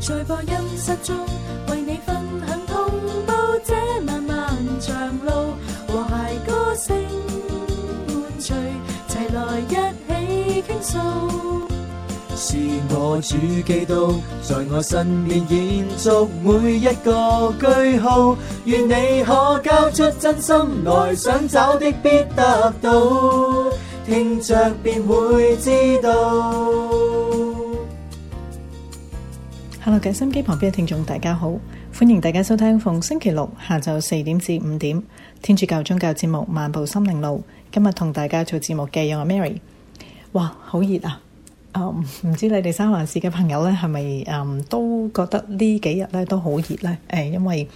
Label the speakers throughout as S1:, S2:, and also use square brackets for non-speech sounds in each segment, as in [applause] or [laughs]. S1: 在播音室中為你分享同步這漫漫長路，和諧歌聲伴隨，齊來一起傾訴。
S2: 是我主基督在我身邊延續每一個句號，願你可交出真心來，想找的必得到，聽着便會知道。
S3: Hello 嘅心機旁邊嘅聽眾，大家好，歡迎大家收聽逢星期六下晝四點至五點天主教宗教節目《漫步心靈路》。今日同大家做節目嘅有我 Mary。哇，好熱啊！啊唔、唔知你哋三藩市嘅朋友咧，係咪誒都覺得呢幾日咧都好熱咧？誒、因為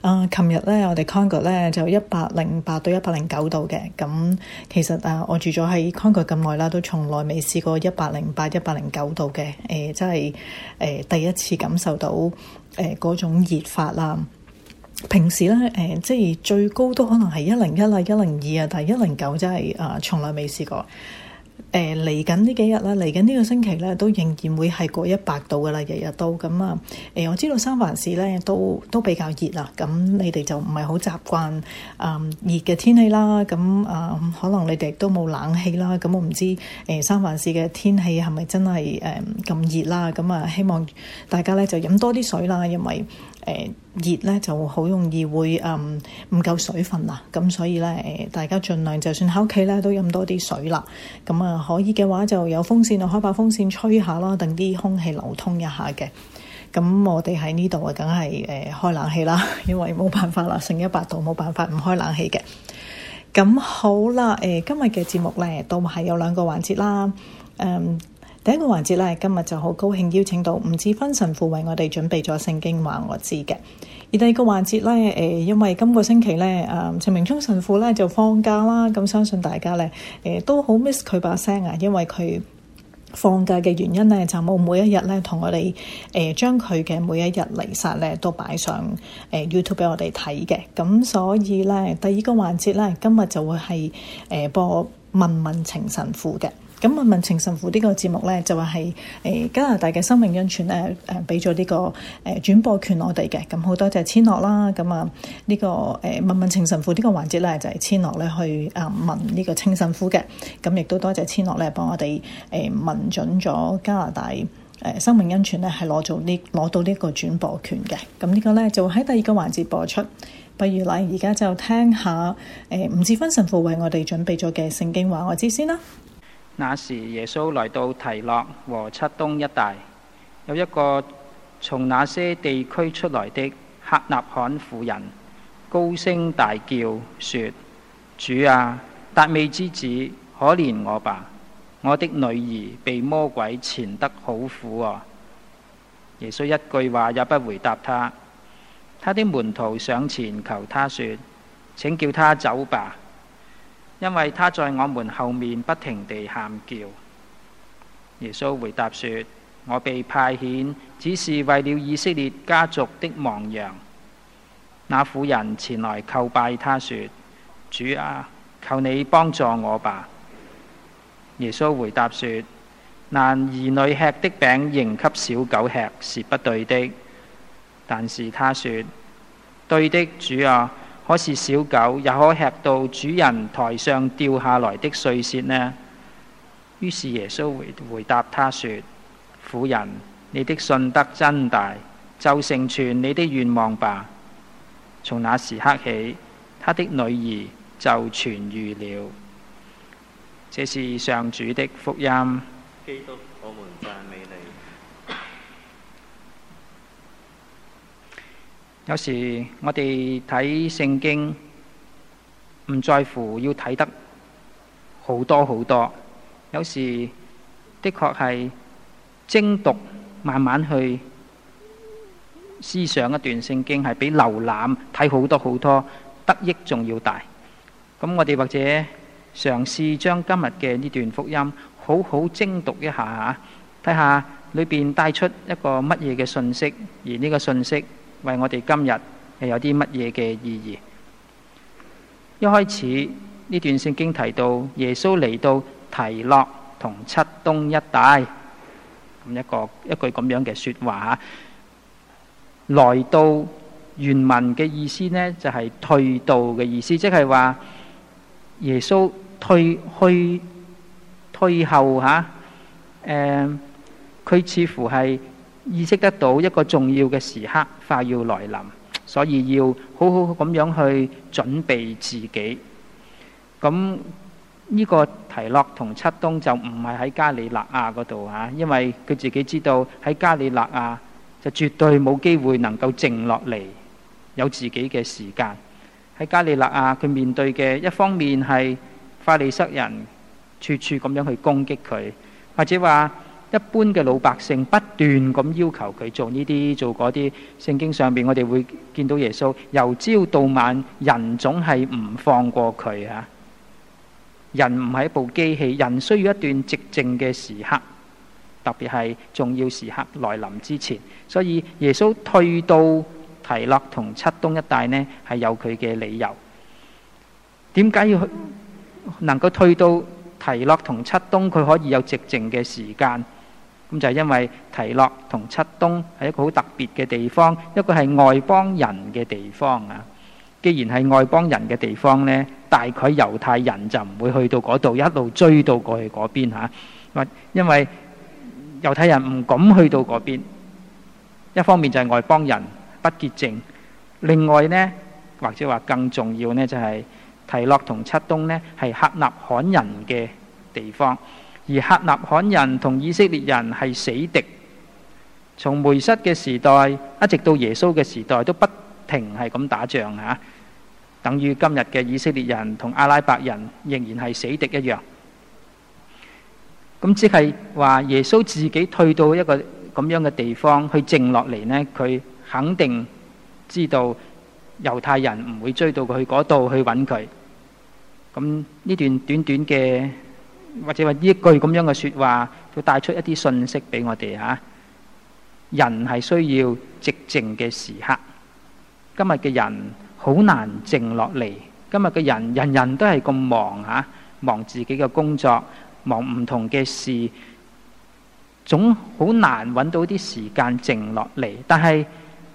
S3: 啊，琴日咧我哋 Congo 咧就一百零八到一百零九度嘅，咁其實啊，我住咗喺 Congo 咁耐啦，都從來未試過一百零八、一百零九度嘅，誒、真係誒、第一次感受到誒嗰、種熱法啦。平時咧，誒、即係最高都可能係一零一啦、一零二啊，但係一零九真係啊、從來未試過。誒嚟緊呢幾日啦，嚟緊呢個星期咧，都仍然會係過一百度噶啦，日日都咁啊。誒、我知道三藩市咧都都比較熱啦，咁你哋就唔係好習慣啊、熱嘅天氣啦，咁啊、可能你哋都冇冷氣啦，咁我唔知誒、三藩市嘅天氣係咪真係誒咁熱啦？咁啊，希望大家咧就飲多啲水啦，因為誒、熱咧呃就好容易會嗯唔夠水分啦，咁所以咧誒、呃大家盡量就算喺屋企咧都飲多啲水啦。咁啊，可以嘅話就有風扇就開把風扇吹下啦，等啲空氣流通一下嘅。咁我哋喺呢度啊，梗係誒開冷氣啦，因為冇辦法啦，剩一百度冇辦法唔開冷氣嘅。咁好啦，誒、今日嘅節目咧都係有兩個環節啦，誒、嗯第一個環節咧，今日就好高興邀請到吳志芬神父為我哋準備咗聖經話我知嘅。而第二個環節咧，誒、因為今個星期咧，誒、陳明忠神父咧就放假啦，咁相信大家咧，誒、都好 miss 佢把聲啊，因為佢。放假嘅原因咧，就冇每一日咧同我哋誒、呃、將佢嘅每一日彌撒咧都擺上誒、呃 YouTube 俾我哋睇嘅。咁所以咧，第二個環節咧，今日就會係誒、呃播問問情神父嘅。咁問問情神父呢個節目咧，就係、是、誒、呃加拿大嘅生命恩泉咧誒俾咗呢個誒、呃、轉播權我哋嘅。咁好多謝千樂啦。咁啊呢個誒、呃、問問情神父呢個環節咧，就係、千樂咧去啊、問呢個清神父嘅。咁亦都多謝千樂咧幫我哋誒問準咗加拿大。誒生命恩泉咧係攞做呢攞到呢個轉播權嘅，咁呢個咧就喺第二個環節播出。不如嚟而家就聽下誒吳志芬神父為我哋準備咗嘅聖經話我知先啦。
S4: 那時耶穌來到提洛和漆東一帶，有一個從那些地區出來的客納罕婦人，高聲大叫說：主啊，達味之子，可憐我吧！我的女兒被魔鬼纏得好苦啊！耶穌一句話也不回答他。他的門徒上前求他說：請叫他走吧。因為他在我們後面不停地喊叫。耶穌回答說：我被派遣，只是為了以色列家族的亡羊。那婦人前來叩拜他說：主啊，求你幫助我吧。耶穌回答說：難兒女吃的餅仍給小狗吃是不對的。但是他說：對的，主啊。可是小狗也可吃到主人台上掉下來的碎屑呢？於是耶穌回回答他說：婦人，你的信德真大，就成全你的願望吧。從那時刻起，他的女兒就痊愈了。這是上主的福音。
S5: 基督，我們讚美你。
S4: 有時我哋睇聖經，唔在乎要睇得好多好多，有時的確係精讀，慢慢去思想一段聖經，係比瀏覽睇好多好多得益仲要大。咁我哋或者嘗試將今日嘅呢段福音好好精讀一下，睇下裏邊帶出一個乜嘢嘅信息，而呢個信息，為我哋今日又有啲乜嘢嘅意義？一開始呢段聖經提到耶穌嚟到提洛同漆東一帶，咁一個一句咁樣嘅説話嚇。來到原文嘅意思呢，就係、退到嘅意思，即係話耶穌退去退呃後嚇。誒、佢似乎係意識得到一個重要嘅時刻快要來臨，所以要好好咁樣去準備自己。咁呢個提洛同七東就唔係喺加里勒亞嗰度嚇，因為佢自己知道喺加里勒亞就絕對冇機會能夠靜落嚟，有自己嘅時間。喺加里勒亞，佢面對嘅一方面係法利塞人處處咁樣去攻擊佢，或者話一般嘅老百姓不斷咁要求佢做呢啲做嗰啲。聖經上邊我哋會見到耶穌由朝到晚，人總係唔放過佢啊！人唔係一部機器，人需要一段寂靜嘅時刻，特別係重要時刻來臨之前。所以耶穌退到提勒同七東一帶呢，係有佢嘅理由。點解要去能夠退到提洛同七東，佢可以有寂靜嘅時間。咁就係因為提洛同七東係一個好特別嘅地方，一個係外邦人嘅地方啊。既然係外邦人嘅地方呢，大概猶太人就唔會去到嗰度，一路追到過去嗰邊嚇。或因為猶太人唔敢去到嗰邊，一方面就係外邦人不潔淨，另外呢，或者話更重要呢，就係、提洛同七東呢係克納罕人嘅地方，而克納罕人同以色列人係死敵。從梅瑟嘅時代一直到耶穌嘅時代，都不停係咁打仗嚇、等於今日嘅以色列人同阿拉伯人仍然係死敵一樣。咁即係話耶穌自己退到一個咁樣嘅地方去靜落嚟呢，佢肯定知道猶太人唔會追到佢去嗰度去揾佢。咁呢段短短嘅，或者話呢一句咁樣嘅説話，佢帶出一啲信息俾我哋嚇、啊人係需要寂靜嘅時刻。今日嘅人好難靜落嚟，今日嘅人人人都係咁忙嚇、忙自己嘅工作，忙唔同嘅事，總好難揾到啲時間靜落嚟。但係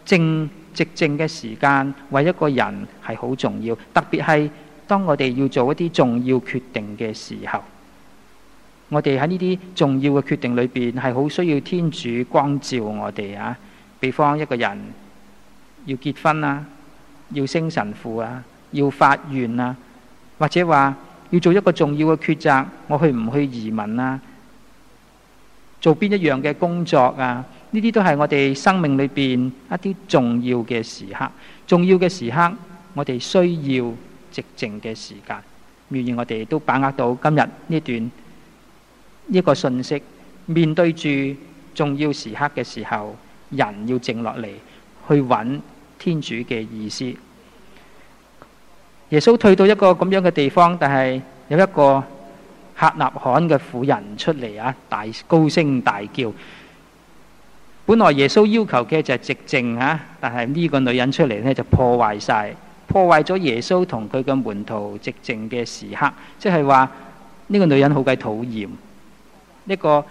S4: 靜寂靜嘅時間，為一個人係好重要，特別係當我哋要做一啲重要決定嘅時候，我哋喺呢啲重要嘅決定裏邊係好需要天主光照我哋啊。比方一個人要結婚啊，要升神父啊，要發願啊，或者話要做一個重要嘅抉擇，我去唔去移民啊？做邊一樣嘅工作啊？呢啲都係我哋生命裏邊一啲重要嘅時刻。重要嘅時刻，我哋需要寂靜嘅時間。願意我哋都把握到今日呢段呢、一個信息，面對住重要時刻嘅時候，人要靜落嚟去揾天主嘅意思。耶穌退到一個咁樣嘅地方，但係有一個客納罕嘅婦人出嚟啊，大高聲大叫。本來耶穌要求嘅就係寂靜啊，但係呢個女人出嚟呢，就破壞晒，破壞咗耶穌同佢嘅門徒寂靜嘅時刻，即係話呢個女人好鬼討厭，一個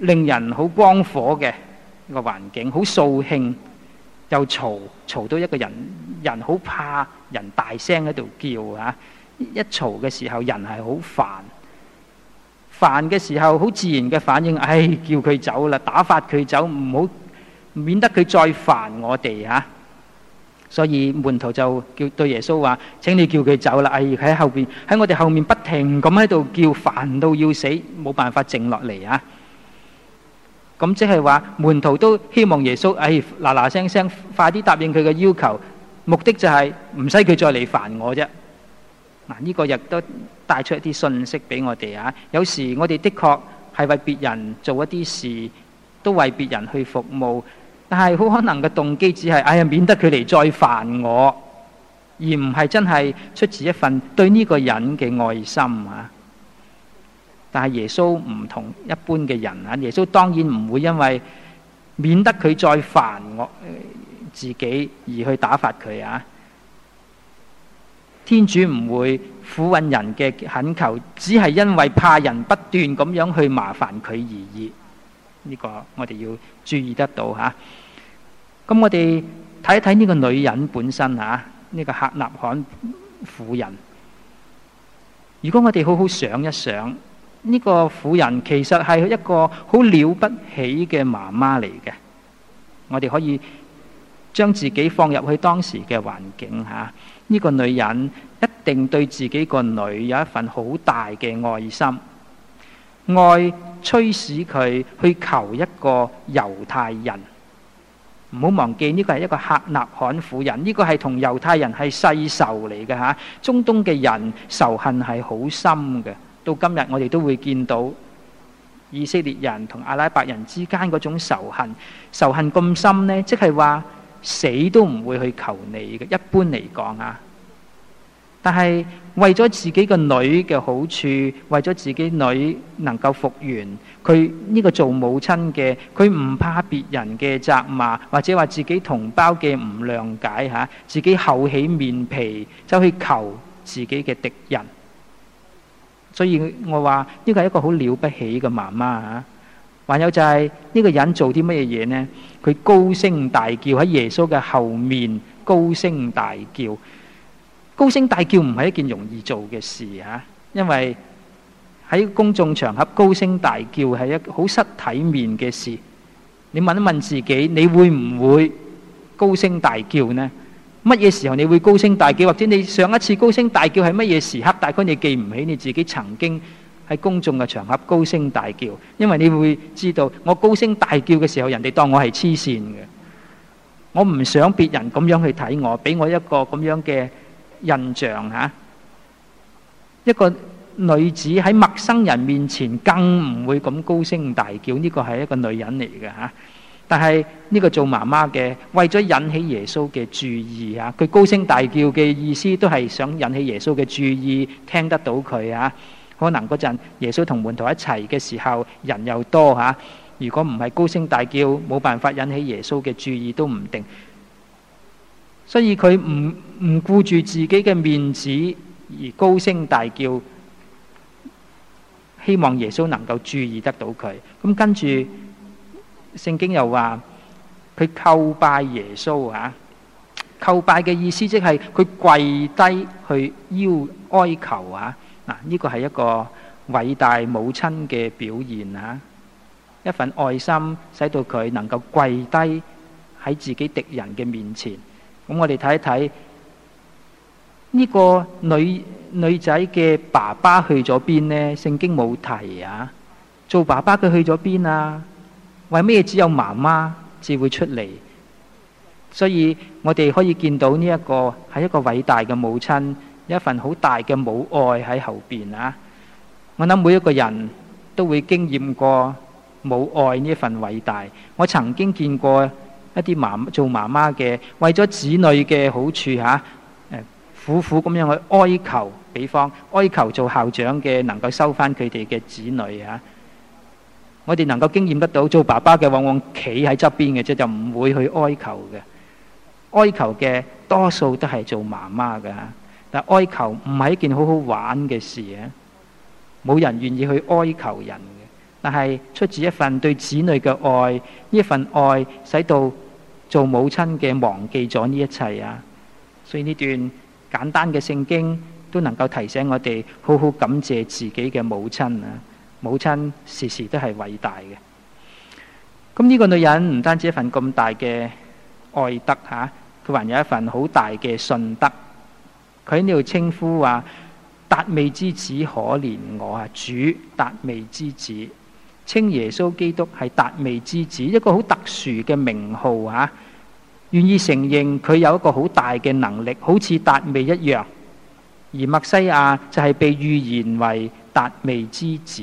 S4: 令人好光火嘅一個環境，好掃興，又嘈，嘈到一個人人好怕人大聲喺度叫啊！一嘈嘅時候，人係好煩。煩嘅時候，好自然嘅反應，唉，叫佢走啦，打發佢走，唔好免得佢再煩我哋啊嚇、所以門徒就叫對耶穌話：請你叫佢走啦！唉，哎喺後邊喺我哋後面不停咁喺度叫，煩到要死，冇辦法靜落嚟啊！咁即係話門徒都希望耶穌，唉嗱嗱聲聲，快啲答應佢嘅要求，目的就係唔使佢再嚟煩我啫。嗱，呢個亦都帶出一啲信息俾我哋啊。有時我哋的確係為別人做一啲事，都為別人去服務，但係好可能嘅動機只係哎呀，免得佢嚟再煩我，而唔係真係出自一份對呢個人嘅愛心啊。但係耶穌唔同一般嘅人啊，耶穌當然唔會因為免得佢再煩我呃自己而去打發佢啊。天主唔會苦揾人嘅懇求，只係因為怕人不斷咁樣去麻煩佢而已。呢、個我哋要注意得到嚇。咁我哋睇一睇呢個女人本身啊，呢、個客納罕婦人。如果我哋好好想一想，呢、個婦人其實係一個好了不起嘅媽媽嚟嘅。我哋可以將自己放入去當時嘅環境嚇，呢、個女人一定對自己個女有一份好大嘅愛心，愛驅使佢去求一個猶太人。唔好忘記呢個係一個客納罕婦人，呢、個係同猶太人係世仇嚟嘅嚇。中東嘅人仇恨係好深嘅，到今日我哋都會見到以色列人同阿拉伯人之間嗰種仇恨，仇恨咁深呢，即係話死都唔會去求你嘅。一般嚟講啊，但係為咗自己個女嘅好處，為咗自己女能夠復原，佢呢個做母親嘅，佢唔怕別人嘅責罵，或者話自己同胞嘅唔諒解嚇，自己厚起面皮走去求自己嘅敵人。所以我話呢個係一個好了不起嘅媽媽啊！還有就係、呢、個人做啲乜嘢嘢呢？佢高聲大叫喺耶穌嘅後面高聲大叫，高聲大叫唔係一件容易做嘅事啊！因為喺公眾場合高聲大叫係一個好失體面嘅事。你問一問自己，你會唔會高聲大叫呢？乜嘢時候你會高聲大叫，或者你上一次高聲大叫係乜嘢時刻？大概你記唔起你自己曾經喺公眾嘅場合高聲大叫，因為你會知道我高聲大叫嘅時候，人哋當我係黐線嘅。我唔想別人咁樣去睇我，俾我一個咁樣嘅印象嚇、一個女子喺陌生人面前更唔會咁高聲大叫，呢個係一個女人嚟嘅嚇。但係呢個做媽媽嘅，為咗引起耶穌嘅注意啊，佢高聲大叫嘅意思都係想引起耶穌嘅注意，聽得到佢啊。可能嗰陣耶穌同門徒一齊嘅時候，人又多嚇、如果唔係高聲大叫，冇辦法引起耶穌嘅注意都唔定。所以佢唔唔顧住自己嘅面子而高聲大叫，希望耶穌能夠注意得到佢。咁跟住聖經又話佢叩拜耶穌啊，叩拜嘅意思即係佢跪低去邀哀求啊。嗱，呢個係一個偉大母親嘅表現啊，一份愛心使到佢能夠跪低喺自己敵人嘅面前。咁我哋睇一睇呢個女女仔嘅爸爸去咗邊呢？聖經冇提啊，做爸爸佢去咗邊啊？為咩只有媽媽至會出嚟？所以我哋可以見到呢、一個係一個偉大嘅母親，有一份好大嘅母愛喺後邊啊！我諗每一個人都會經驗過母愛呢一份偉大。我曾經見過一啲媽做媽媽嘅，為咗子女嘅好處嚇、誒苦苦咁樣去哀求，比方哀求做校長嘅能夠收翻佢哋嘅子女嚇、我哋能夠經驗得到，做爸爸嘅往往企喺側邊嘅啫，就唔會去哀求嘅。哀求嘅多數都係做媽媽嘅，但哀求唔係一件好好玩嘅事啊！冇人願意去哀求人嘅，但係出自一份對子女嘅愛，呢一份愛使到做母親嘅忘記咗呢一切啊！所以呢段簡單嘅聖經都能夠提醒我哋好好感謝自己嘅母親啊！母親時時都係偉大嘅。咁呢個女人唔單止一份咁大嘅愛德嚇，佢、還有一份好大嘅信德。佢喺呢度稱呼話達味之子可憐我啊，主達味之子，稱耶穌基督係達味之子，一個好特殊嘅名號嚇、願意承認佢有一個好大嘅能力，好似達味一樣。而默西亞就係被預言為達味之子。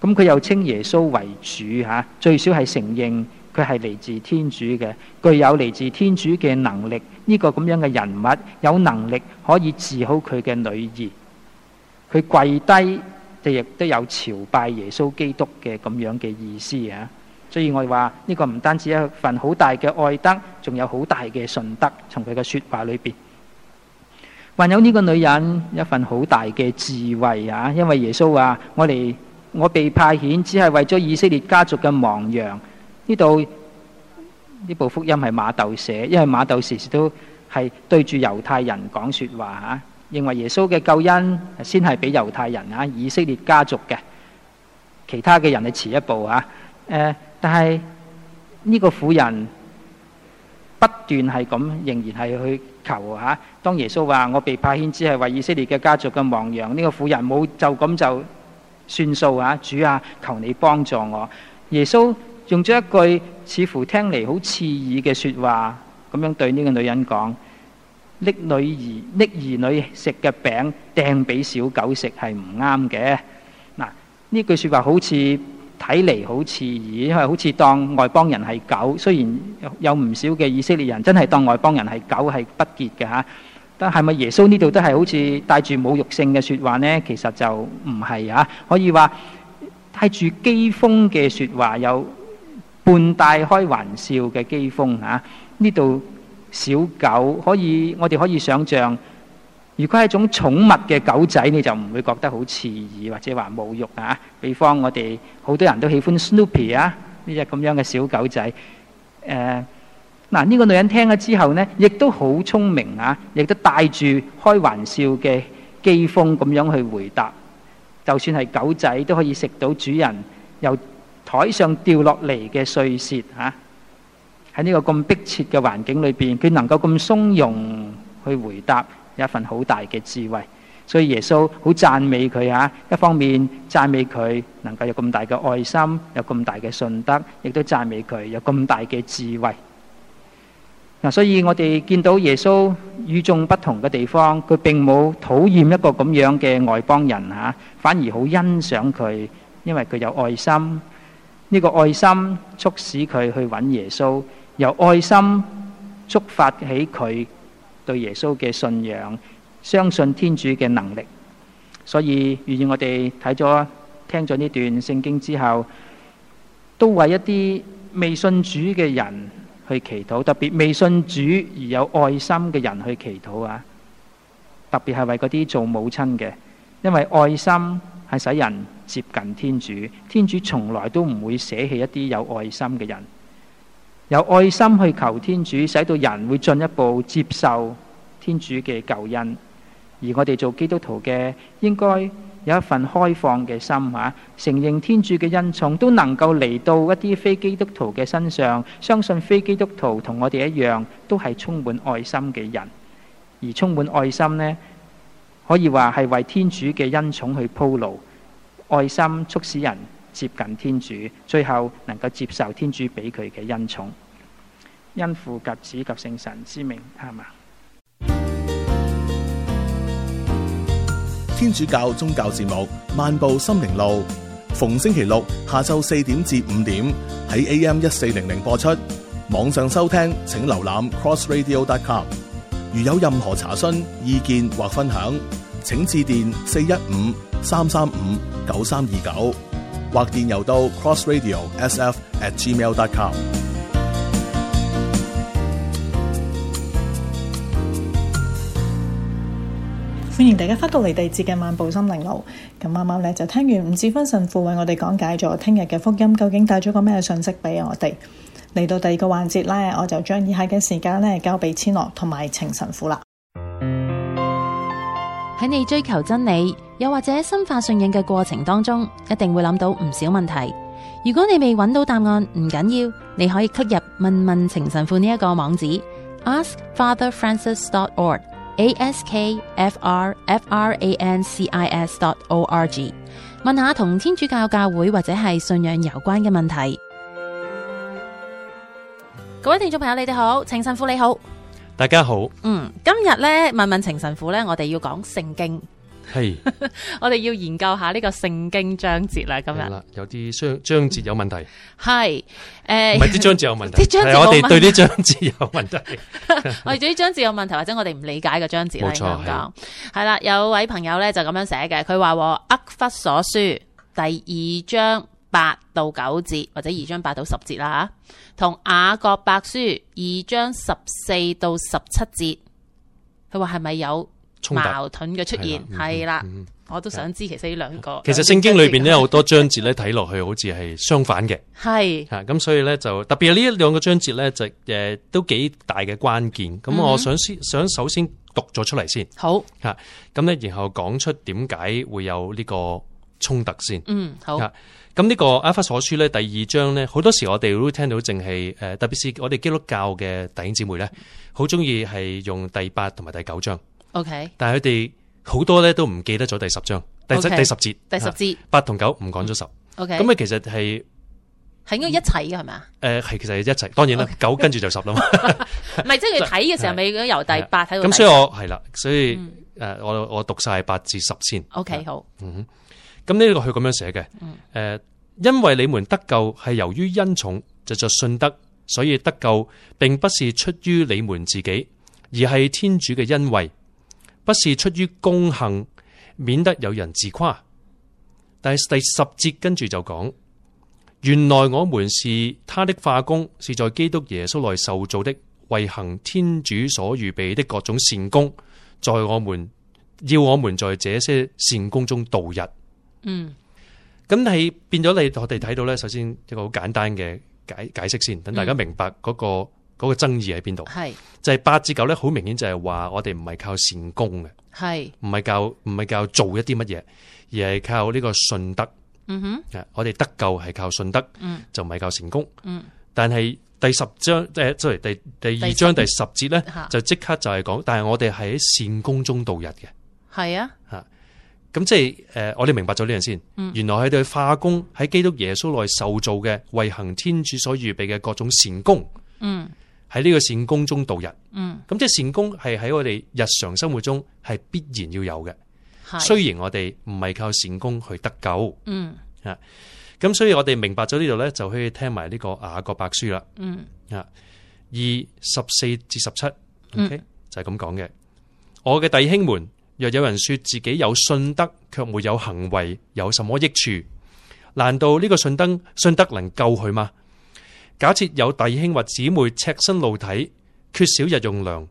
S4: 咁佢又稱耶穌為主嚇，最少係承認佢係嚟自天主嘅，具有嚟自天主嘅能力。呢、個咁樣嘅人物有能力可以治好佢嘅女兒。佢跪低就亦都有朝拜耶穌基督嘅咁樣嘅意思啊。所以我話呢、個唔單止一份好大嘅愛德，仲有好大嘅信德，從佢嘅説話裏邊。還有呢個女人一份好大嘅智慧啊！因為耶穌話：我哋我被派遣，只係為咗以色列家族嘅亡羊。呢度呢部福音係馬竇寫，因為馬竇時時都係對住猶太人講説話啊，認為耶穌嘅救恩先係俾猶太人啊、以色列家族嘅，其他嘅人係遲一步啊。誒、但係呢個婦人不斷係咁，仍然係去求啊。當耶穌話我被派遣只係為以色列嘅家族嘅亡羊，呢、個婦人冇就咁就算數啊！主啊，求你幫助我。耶穌用咗一句似乎聽嚟好刺耳嘅説話，咁樣對呢個女人講：拎女兒拎兒女食嘅餅掟俾小狗食係唔啱嘅。嗱，呢句説話好似睇嚟好刺耳，因為好似當外邦人係狗。雖然有有唔少嘅以色列人真係當外邦人係狗係不潔嘅嚇。但係咪耶穌呢度都係好似帶住侮辱性嘅説話呢？其實就唔係啊，可以話帶住機鋒嘅説話，有半帶開玩笑嘅機鋒啊。呢度小狗可以，我哋可以想象，如果係一種寵物嘅狗仔，你就唔會覺得好刺耳或者話侮辱啊。比方我哋好多人都喜歡 Snoopy 啊，呢只咁樣嘅小狗仔，誒、嗱，呢個女人聽咗之後呢，亦都好聰明啊，亦都帶住開玩笑嘅機鋒咁樣去回答。就算係狗仔都可以食到主人由台上掉落嚟嘅碎屑啊嚇。喺呢個咁迫切嘅環境裏邊，佢能夠咁從容去回答，有一份好大嘅智慧。所以耶穌好讚美佢嚇，一方面讚美佢能夠有咁大嘅愛心，有咁大嘅信德，亦都讚美佢有咁大嘅智慧。嗱，所以我哋見到耶穌與眾不同嘅地方，佢並冇討厭一個咁樣嘅外邦人嚇、反而好欣賞佢，因為佢有愛心。呢、個愛心促使佢去揾耶穌，由愛心觸發起佢對耶穌嘅信仰，相信天主嘅能力。所以，願意我哋睇咗、聽咗呢段聖經之後，都為一啲未信主嘅人去祈禱，特別未信主而有愛心嘅人去祈禱啊！特別係為嗰啲做母親嘅，因為愛心係使人接近天主，天主從來都唔會捨棄一啲有愛心嘅人。有愛心去求天主，使到人會進一步接受天主嘅救恩。而我哋做基督徒嘅，應該有一份開放嘅心啊，承認天主嘅恩寵都能夠嚟到一啲非基督徒嘅身上，相信非基督徒同我哋一樣，都係充滿愛心嘅人。而充滿愛心呢，可以話係為天主嘅恩寵去鋪路。愛心促使人接近天主，最後能夠接受天主俾佢嘅恩寵。因父及子及聖神之名，係嘛？
S6: 天主教宗教節目《漫步心靈路》，逢星期六下晝四點至五點喺 AM 一四零零播出。網上收聽請瀏覽 crossradio.com。如有任何查詢、意見或分享，請致電四一五三三五九三二九，或電郵到 crossradio_sf@gmail.com。
S3: 歡迎大家翻到嚟第二節嘅漫步心靈路。咁啱啱咧就聽完吳志芬神父為我哋講解咗聽日嘅福音究竟帶咗個咩信息俾我哋。嚟到第二個環節咧，我就將以下嘅時間咧交俾千樂同埋程神父啦。
S7: 喺你追求真理，又或者深化信仰嘅過程當中，一定會諗到唔少問題。如果你未揾到答案，唔緊要，你可以 click 入問問情神父呢一個網址 askfatherfrancis.org。askfrfrancis.org 問下同天主教教會或者係信仰有關嘅問題。各位聽眾朋友，你哋好，情神父你好，
S8: 大家好，
S7: 嗯，今日咧問問情神父咧，我哋要講聖經。
S8: 系
S7: 我哋要研究下呢個聖經章節啦，今
S8: 咁
S7: 日
S8: 啦，有啲章章節有問題，唔
S7: 係诶，
S8: 係啲章節有問題，
S7: 啲章節
S8: 係我
S7: 冇問
S8: 哋對啲章節有問題。
S7: [laughs] 我哋對呢章節有問題，或者我哋唔理解嘅章節啦，
S8: 冇
S7: 應
S8: 錯
S7: 該咁講。係啦，有位朋友咧就咁樣寫嘅，佢話喎《厄弗所書》第二章八到九節，或者二章八到十節啦吓，同雅各伯書二章十四到十七節，佢話係咪有
S8: 衝突
S7: 矛盾嘅出現？
S8: 係啦嗯
S7: 係啦，
S8: 嗯
S7: 我都想知其實呢兩個。
S8: 其實聖經裏邊咧有好多章節咧睇落去好似係相反嘅
S7: 係
S8: 嚇，咁所以咧就特別係呢一兩個章節咧就誒都幾大嘅關鍵。
S7: 嗯
S8: 咁我想先想首先讀咗出嚟先
S7: 好，
S8: 嚇，咁咧然後講出點解會有呢個衝突先。
S7: 嗯好，
S8: 啊咁呢個《阿弗所書》咧第二章咧，好多時我哋都聽到淨係誒，特別是我哋基督教嘅弟兄姊妹咧，好中意係用第八同埋第九章，
S7: OK，
S8: 但係佢哋好多咧都唔記得咗第十章、第十
S7: OK，
S8: 第十節、
S7: 第十
S8: 啊
S7: 節嗯
S8: 八同九唔講咗十，
S7: OK，
S8: 咁啊嗯其實係
S7: 係應該一齊嘅係咪啊？
S8: 誒係其實係一齊，當然啦，九跟住就十啦嘛。
S7: 唔係即係佢睇嘅時候，
S8: 係啊
S7: 咪應該由 [laughs] 第八睇到
S8: 咁
S7: 第
S8: 所以
S7: 十嗯
S8: 我係啦，所以誒我我讀晒八至十先。
S7: OK 好，
S8: 咁呢個佢咁樣寫嘅，誒、呃因為你們得救係由於恩寵，就着信德，所以得救並不是出於你們自己，而係天主嘅恩惠，不是出於功行，免得有人自誇。但係第十節跟住就講，原來我們是他的化工，是在基督耶穌內受造的，為行天主所預備的各種善功，在我們要我們在這些善功中度日。
S7: 嗯
S8: 咁係變咗你，我哋睇到咧，首先一個好簡單嘅解解釋先，等大家
S7: 嗯
S8: 明白嗰、個嗰、個爭議喺邊度。
S7: 係
S8: 就係八至九咧，好明顯就係話我哋唔係靠善功嘅，
S7: 係
S8: 唔係靠唔係靠做一啲乜嘢，而係靠呢個信德。
S7: 嗯哼
S8: 啊我哋得救係靠信德，
S7: 嗯
S8: 就唔係靠善功。
S7: 嗯
S8: 但係第十章誒，sorry，第第二章
S7: 第
S8: 第十節咧
S7: 嚇，
S8: 就即刻就係講，但係我哋係喺善功中度日嘅。
S7: 係啊
S8: 咁即係誒、呃我哋明白咗呢樣先。
S7: 嗯
S8: 原來佢哋化工喺基督耶穌內受造嘅，為行天主所預備嘅各種善功，
S7: 嗯
S8: 喺呢個善功中度日。
S7: 嗯
S8: 咁即係善功係喺我哋日常生活中係必然要有嘅。
S7: 係
S8: 雖然我哋唔係靠善功去得救，
S7: 嗯
S8: 咁所以我哋明白咗呢度咧，就可以聽埋呢個雅各白書啦。啊
S7: 嗯
S8: 二十四至十七，OK 就係咁講嘅。我嘅弟兄們，若有人說自己有信德，卻沒有行為，有什麼益處？難道呢個信德信德能救佢嗎？假設有弟兄或姊妹赤身露體，缺少日用糧，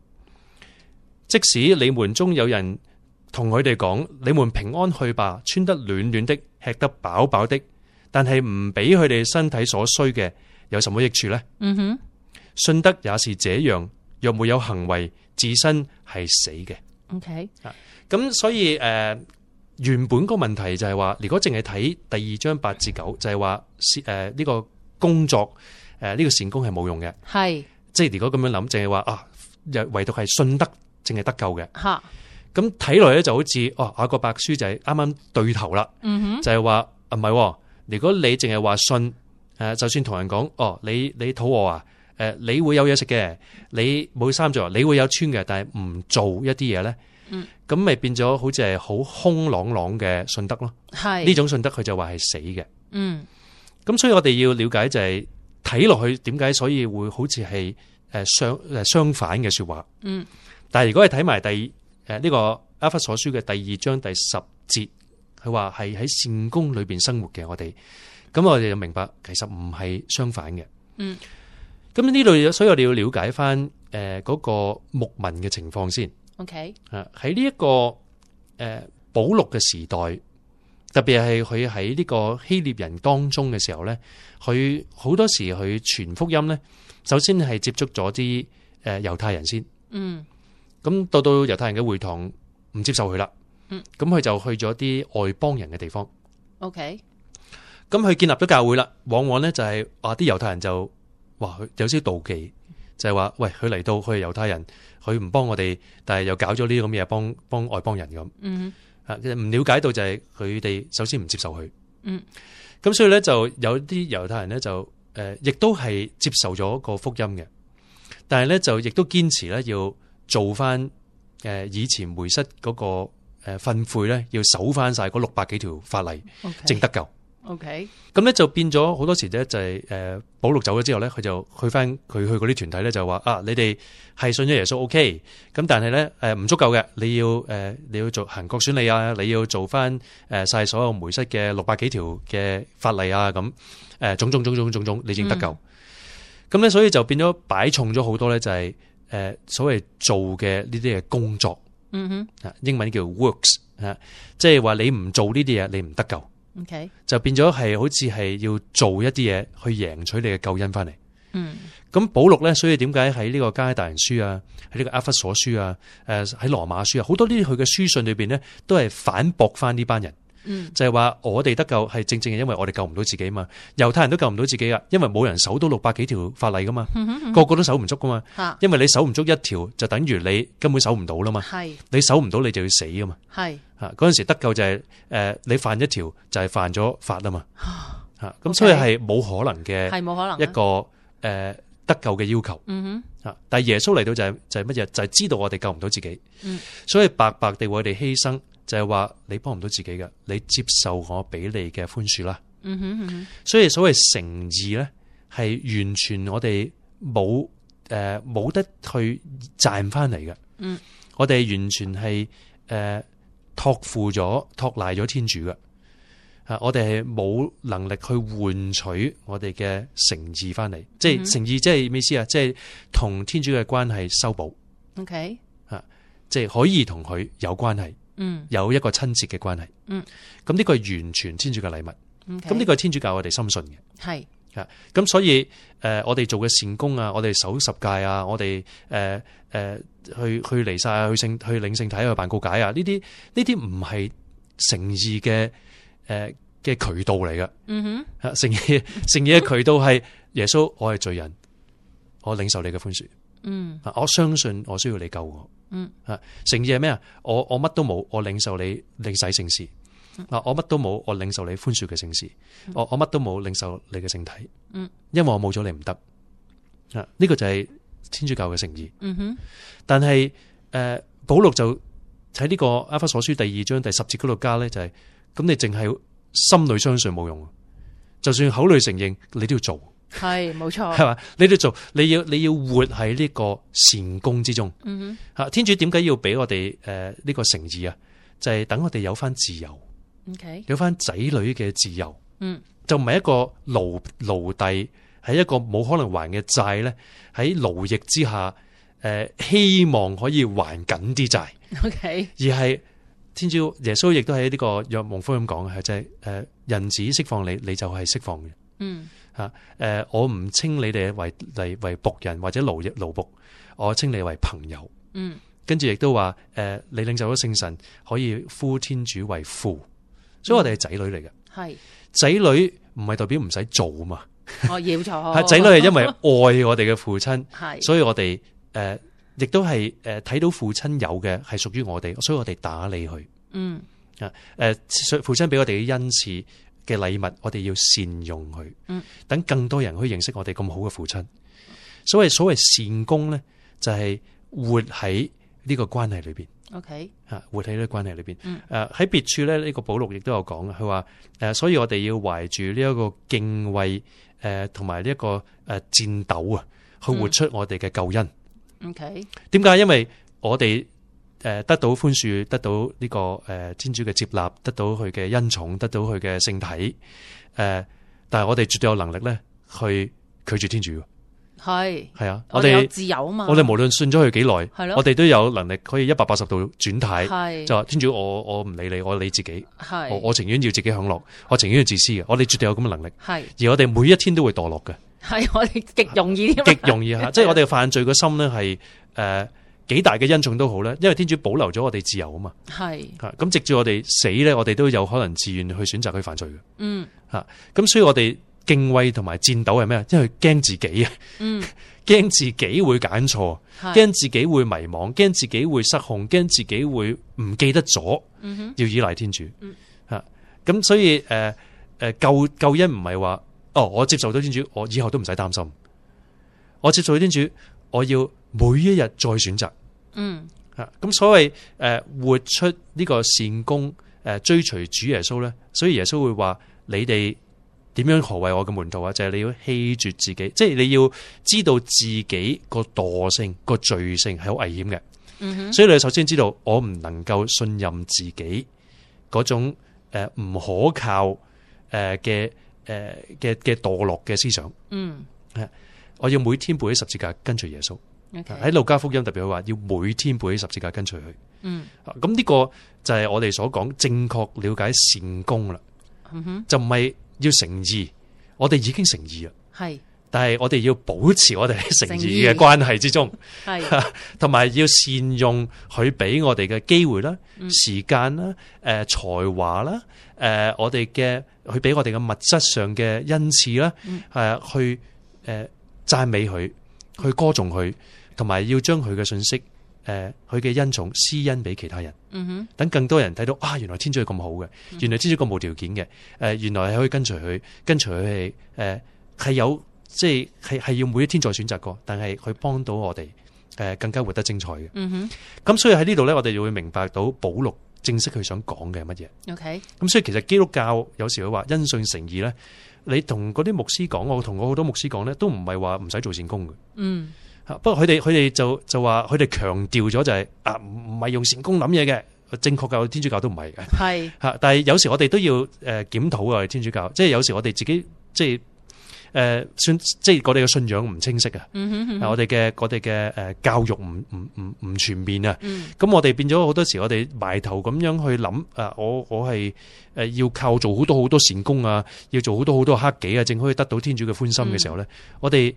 S8: 即使你們中有人同佢哋講：你們平安去吧，穿得暖暖的，吃得飽飽的，但係唔俾佢哋身體所需嘅，有什麼益處呢？
S7: 嗯哼
S8: 信德也是這樣，若沒有行為，自身係死嘅。
S7: OK
S8: 咁所以誒、呃原本個問題就係話，如果淨係睇第二章八至九，就係話誒呢個工作誒呃呢、個善功係冇用嘅，
S7: 係
S8: 即係如果咁樣諗，淨係話啊，又唯獨係信德淨係得救嘅。
S7: 吓
S8: 咁睇落咧就好似哦雅各白書就係啱啱對頭啦，
S7: 嗯
S8: 就係話啊唔係喎，如果你淨係話信，誒、呃就算同人講哦，你你肚餓啊，誒、你會有嘢食嘅，你冇衫着，啊你會有穿嘅，但係唔做一啲嘢咧，咁咪、變咗好似係好空朗朗嘅信德咯。
S7: 哼係
S8: 呢種信德佢就話係死嘅，
S7: 嗯
S8: 咁所以我哋要了解就係睇落去點解，所以會好似係誒相誒相反嘅說話。
S7: 嗯
S8: 但係如果係睇埋第誒呢個阿弗所書嘅第二章第十節，佢話係喺善功裏邊生活嘅我哋，咁我哋就明白其實唔係相反嘅。
S7: 嗯，
S8: 咁呢度所以我哋要了解翻誒嗰個牧民嘅情況先。
S7: OK
S8: 啊，喺呢一個誒保祿嘅時代，特別係佢喺呢個希臘人當中嘅時候咧，佢好多時佢傳福音咧，首先係接觸咗啲誒猶太人先。
S7: 嗯
S8: 咁到到猶太人嘅會堂唔接受佢啦，
S7: 嗯
S8: 咁佢就去咗啲外邦人嘅地方，
S7: OK
S8: 咁佢建立咗教會啦。往往咧就係話啲猶太人就話佢有少少妒忌，就係話喂佢嚟到佢係猶太人，佢唔幫我哋，但係又搞咗呢啲咁嘅嘢幫幫外邦人咁
S7: 嗯
S8: 啊，其實唔了解到就係佢哋首先唔接受佢，
S7: 嗯，
S8: 咁所以咧就有啲猶太人咧就誒亦都係接受咗個福音嘅，但係咧就亦都堅持咧要做翻誒以前梅瑟嗰個誒訓誨咧，要守翻晒嗰六百幾條法例，
S7: OK
S8: 正得救。
S7: OK
S8: 咁咧就變咗好多時咧就係誒保祿走咗之後咧，佢就去翻佢去嗰啲團體咧就話啊，你哋係信咗耶穌 OK，咁但係咧誒唔足夠嘅，你要誒、呃你要做行國選理啊，你要做翻誒晒所有梅瑟嘅六百幾條嘅法例啊，咁誒種種種種種種，你先得救。咁咧、所以就變咗擺重咗好多咧，就呃係、誒、所謂做嘅呢啲嘅工作
S7: 嗯哼
S8: 啊，英文叫 works 啊，即係話你唔做呢啲嘢，你唔得救，
S7: ，OK，
S8: 就變咗係好似係要做一啲嘢去贏取你嘅救恩翻嚟。
S7: 嗯
S8: 咁保禄咧，所以點解喺呢個加拉達人書啊，喺呢個阿弗所書啊，誒喺羅馬書啊，好多呢啲佢嘅書信裏邊呢，都係反駁翻呢班人，
S7: 嗯
S8: 就係話我哋得救係正正係因為我哋救唔到自己嘛，猶太人都救唔到自己啊，因為冇人守到六百幾條法例噶嘛，
S7: 嗯
S8: 個個都守唔足噶嘛，
S7: 吓，
S8: 因為你守唔足一條，就等於你根本守唔到啦嘛，
S7: 系
S8: 你守唔到你就要死噶嘛。
S7: 系
S8: 嚇啊嗰陣時得救就係、呃你犯一條就係犯咗法啊嘛嚇，咁所以
S7: OK
S8: 係冇可能嘅
S7: 系冇可能
S8: 一
S7: 啊，
S8: 個誒、呃得救嘅要求
S7: 嗯
S8: 嚇。但係耶穌嚟到就係、就係乜嘢？就係、知道我哋救唔到自己，
S7: 嗯
S8: 所以白白地為我哋犧牲，就係、話你幫唔到自己嘅，你接受我俾你嘅寬恕啦。
S7: 哼嗯哼嗯哼
S8: 所以所謂誠意咧，係完全我哋冇誒冇得去賺翻嚟嘅。
S7: 嗯，
S8: 我哋完全係誒、呃託付咗、託賴咗天主嘅。啊！我哋係冇能力去換取我哋嘅誠意翻嚟，即
S7: 嗯
S8: 係
S7: 哼
S8: 誠意，即係咩意思啊？即係同天主嘅關係修補，
S7: ，OK，
S8: 即係可以同佢有關係，
S7: 嗯
S8: 有一個親切嘅關係。
S7: 嗯，
S8: 咁呢個係完全天主嘅禮物。
S7: ，OK，
S8: 咁呢個係天主教我哋深信嘅。
S7: 系
S8: 咁所以誒、呃我哋做嘅善功啊，我哋守十戒啊，我哋誒誒去去離晒啊，去聖去領聖體去辦告解啊，呢啲呢啲唔係誠意嘅誒嘅渠道嚟嘅。
S7: 嗯
S8: 啊誠意誠意嘅渠道係耶穌，我係罪人，我領受你嘅寬恕
S7: 哼嗯
S8: 啊！我相信我需要你救我。
S7: 嗯
S8: 啊，誠意係咩啊？我我乜都冇，我領受你領洗聖事。
S7: 嗯
S8: 啊！我乜都冇，我領受你寬恕嘅聖事。我我乜都冇，領受你嘅聖體。
S7: 嗯，
S8: 因為我冇咗你唔得。啊，呢個就係天主教嘅誠意。
S7: 嗯哼
S8: 但係诶、呃保禄就喺呢個阿弗所書第二章第十節嗰度加咧，就係咁你淨係心裏相信冇用，就算口裏承認，你都要做，
S7: 系冇错
S8: 係，嘛？你都要做，你要你要活喺呢個善功之中。
S7: 嗯
S8: 吓，啊天主點解要俾我哋诶呢個誠意啊？就係等我哋有翻自由，
S7: 哼，OK， [laughs]
S8: 有翻仔女嘅自由。
S7: 嗯
S8: 就唔係一個奴奴隸，係一個冇可能還嘅債咧。喺奴役之下，诶、希望可以還緊啲債，
S7: ，OK，
S8: 而係天主耶穌亦都喺呢個若望福音講嘅，係就係诶人子釋放你，你就係釋放嘅。
S7: 嗯
S8: 诶、我唔稱你哋為嚟為仆人或者奴役奴仆，我稱你為朋友。
S7: 嗯
S8: 跟住亦都話诶、誒你領受咗聖神，可以呼天主為父，所以我哋係仔女嚟嘅。
S7: 系，
S8: 仔女唔係代表唔使做嘛。
S7: 我要错，
S8: 系仔女係因為愛我哋嘅父親，
S7: 系，
S8: 所以我哋诶亦都係诶睇到父親有嘅係屬於我哋，所以我哋打理佢。
S7: 嗯
S8: 诶、父親俾我哋嘅恩賜嘅禮物，我哋要善用佢，
S7: 嗯
S8: 等更多人可以認識我哋咁好嘅父親。所謂所謂善功咧，就係活喺呢個關係裏边。
S7: ，OK，
S8: 啊，活喺呢個關係裏邊。誒喺、
S7: 嗯
S8: 別處咧，呢、個保祿亦都有講嘅，啊佢話誒，所以我哋要懷住呢一個敬畏誒，同埋呢一個誒戰鬥啊，去
S7: 嗯
S8: 活出我哋嘅救恩。
S7: ，OK，
S8: 點解？因為我哋誒得到寬恕，得到呢、個誒、天主嘅接納，得到佢嘅恩寵，得到佢嘅聖體。誒、啊但係我哋絕對有能力咧去拒絕天主嘅。
S7: 系，
S8: 係啊，我
S7: 我哋有
S8: 哋
S7: 自由啊嘛，
S8: 我哋無論信咗佢幾耐
S7: 係，咯
S8: 我哋都有能力可以一百八十度轉態。
S7: 系
S8: 就話天主，我我唔理你，我理自己，
S7: 系
S8: 我我情願要自己享樂，我情願要自私嘅，我哋絕對有咁嘅能力。
S7: 系
S8: 而我哋每一天都會墮落嘅，
S7: 系我哋极容易添啊，
S8: 極容易吓，即係我哋犯罪嘅心咧係诶幾大嘅恩寵都好咧，因為天主保留咗我哋自由啊嘛，
S7: 系，
S8: 吓咁藉住我哋死咧，我哋都有可能自愿去選擇去犯罪嘅，
S7: 嗯
S8: 咁所以我哋敬畏同埋戰鬥係咩啊？因為驚自己啊，
S7: 嗯
S8: [laughs] 驚自己會揀錯，
S7: 系，
S8: 驚自己會迷惘，驚自己會失控，驚自己會唔記得咗。
S7: 嗯哼，
S8: 要依賴天主
S7: 嗯。
S8: 吓咁、所以诶诶、呃救救恩唔係話哦，我接受到天主，我以後都唔使擔心。我接受到天主，我要每一日再選擇
S7: 嗯
S8: 吓。啊咁所謂诶、呃活出呢個善功诶、呃追隨主耶穌咧，所以耶穌會話你哋。點樣何為我嘅門徒啊？就係、你要棄絕自己，即係你要知道自己個惰性、個罪性係好危險嘅。
S7: 嗯哼，
S8: 所以你首先知道，我唔能夠信任自己嗰種诶唔可靠诶嘅诶嘅嘅墮落嘅思想。
S7: 嗯
S8: 我要每天背起十字架跟隨耶穌，
S7: OK，
S8: 喺路加福音特別佢話要每天背起十字架跟隨佢。
S7: 嗯
S8: 啊咁呢個就係我哋所講正確了解善功啦，
S7: 嗯哼，
S8: 就唔係要誠意，我哋已經誠意啦，
S7: 係
S8: 但係我哋要保持我哋 [laughs] 喺誠意嘅
S7: 誠意
S8: 關係之中，
S7: 係
S8: 同埋要善用佢俾我哋嘅機會啦、時間啦、誒、呃才華啦、誒、呃我哋嘅佢俾我哋嘅物質上嘅恩賜啦，誒、去誒、呃、讚美佢，去歌頌佢，同埋要將佢嘅信息誒佢嘅恩寵施恩俾其他人。
S7: 嗯哼
S8: 等更多人睇到啊，原來天主係咁好嘅，原來天主咁無條件嘅，誒、呃原來係可以跟隨佢，跟隨佢係誒係有即係係係要每一天再選擇過，但係佢幫到我哋誒、更加活得精彩嘅。
S7: 嗯
S8: 咁所以喺呢度咧，我哋就會明白到保祿正式佢想講嘅係乜嘢。
S7: 哼，OK，
S8: 咁所以其實基督教有時佢話因信誠意咧，你同嗰啲牧師講，我同我好多牧師講咧，都唔係話唔使做善功嘅。
S7: 嗯
S8: 啊不過佢哋佢哋就就話佢哋強調咗就係、啊唔唔係用善功諗嘢嘅，正確教天主教都唔係嘅。
S7: 係
S8: 吓，但係有時我哋都要诶检讨啊，天主教，即係有時我哋自己即係诶信，即係我哋嘅信仰唔清晰啊，
S7: 嗯哼嗯
S8: 啊
S7: 哼
S8: 我哋嘅我哋嘅诶教育唔唔唔唔全面啊，
S7: 嗯
S8: 咁我哋變咗好多時，我哋埋頭咁樣去諗啊，我我係诶要靠做好多好多善功啊，要做好多好多黑己啊，正可以得到天主嘅歡心嘅時候咧，
S7: 嗯
S8: 我哋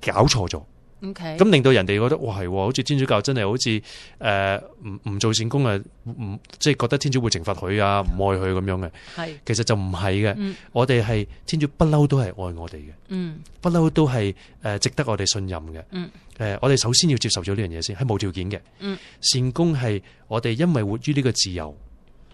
S8: 搞錯咗。
S7: ，OK，
S8: 咁令到人哋覺得哇係喎，好似天主教真係好似誒唔唔做善功啊，唔即係覺得天主會懲罰佢啊，唔愛佢咁樣嘅。
S7: 係
S8: 其實就唔係嘅，
S7: 嗯
S8: 我哋係天主不嬲都係愛我哋嘅，
S7: 嗯
S8: 不嬲都係誒值得我哋信任嘅。誒、
S7: 嗯
S8: 我哋首先要接受咗呢樣嘢先，係無條件嘅。
S7: 嗯
S8: 善功係我哋因為活於呢個自由，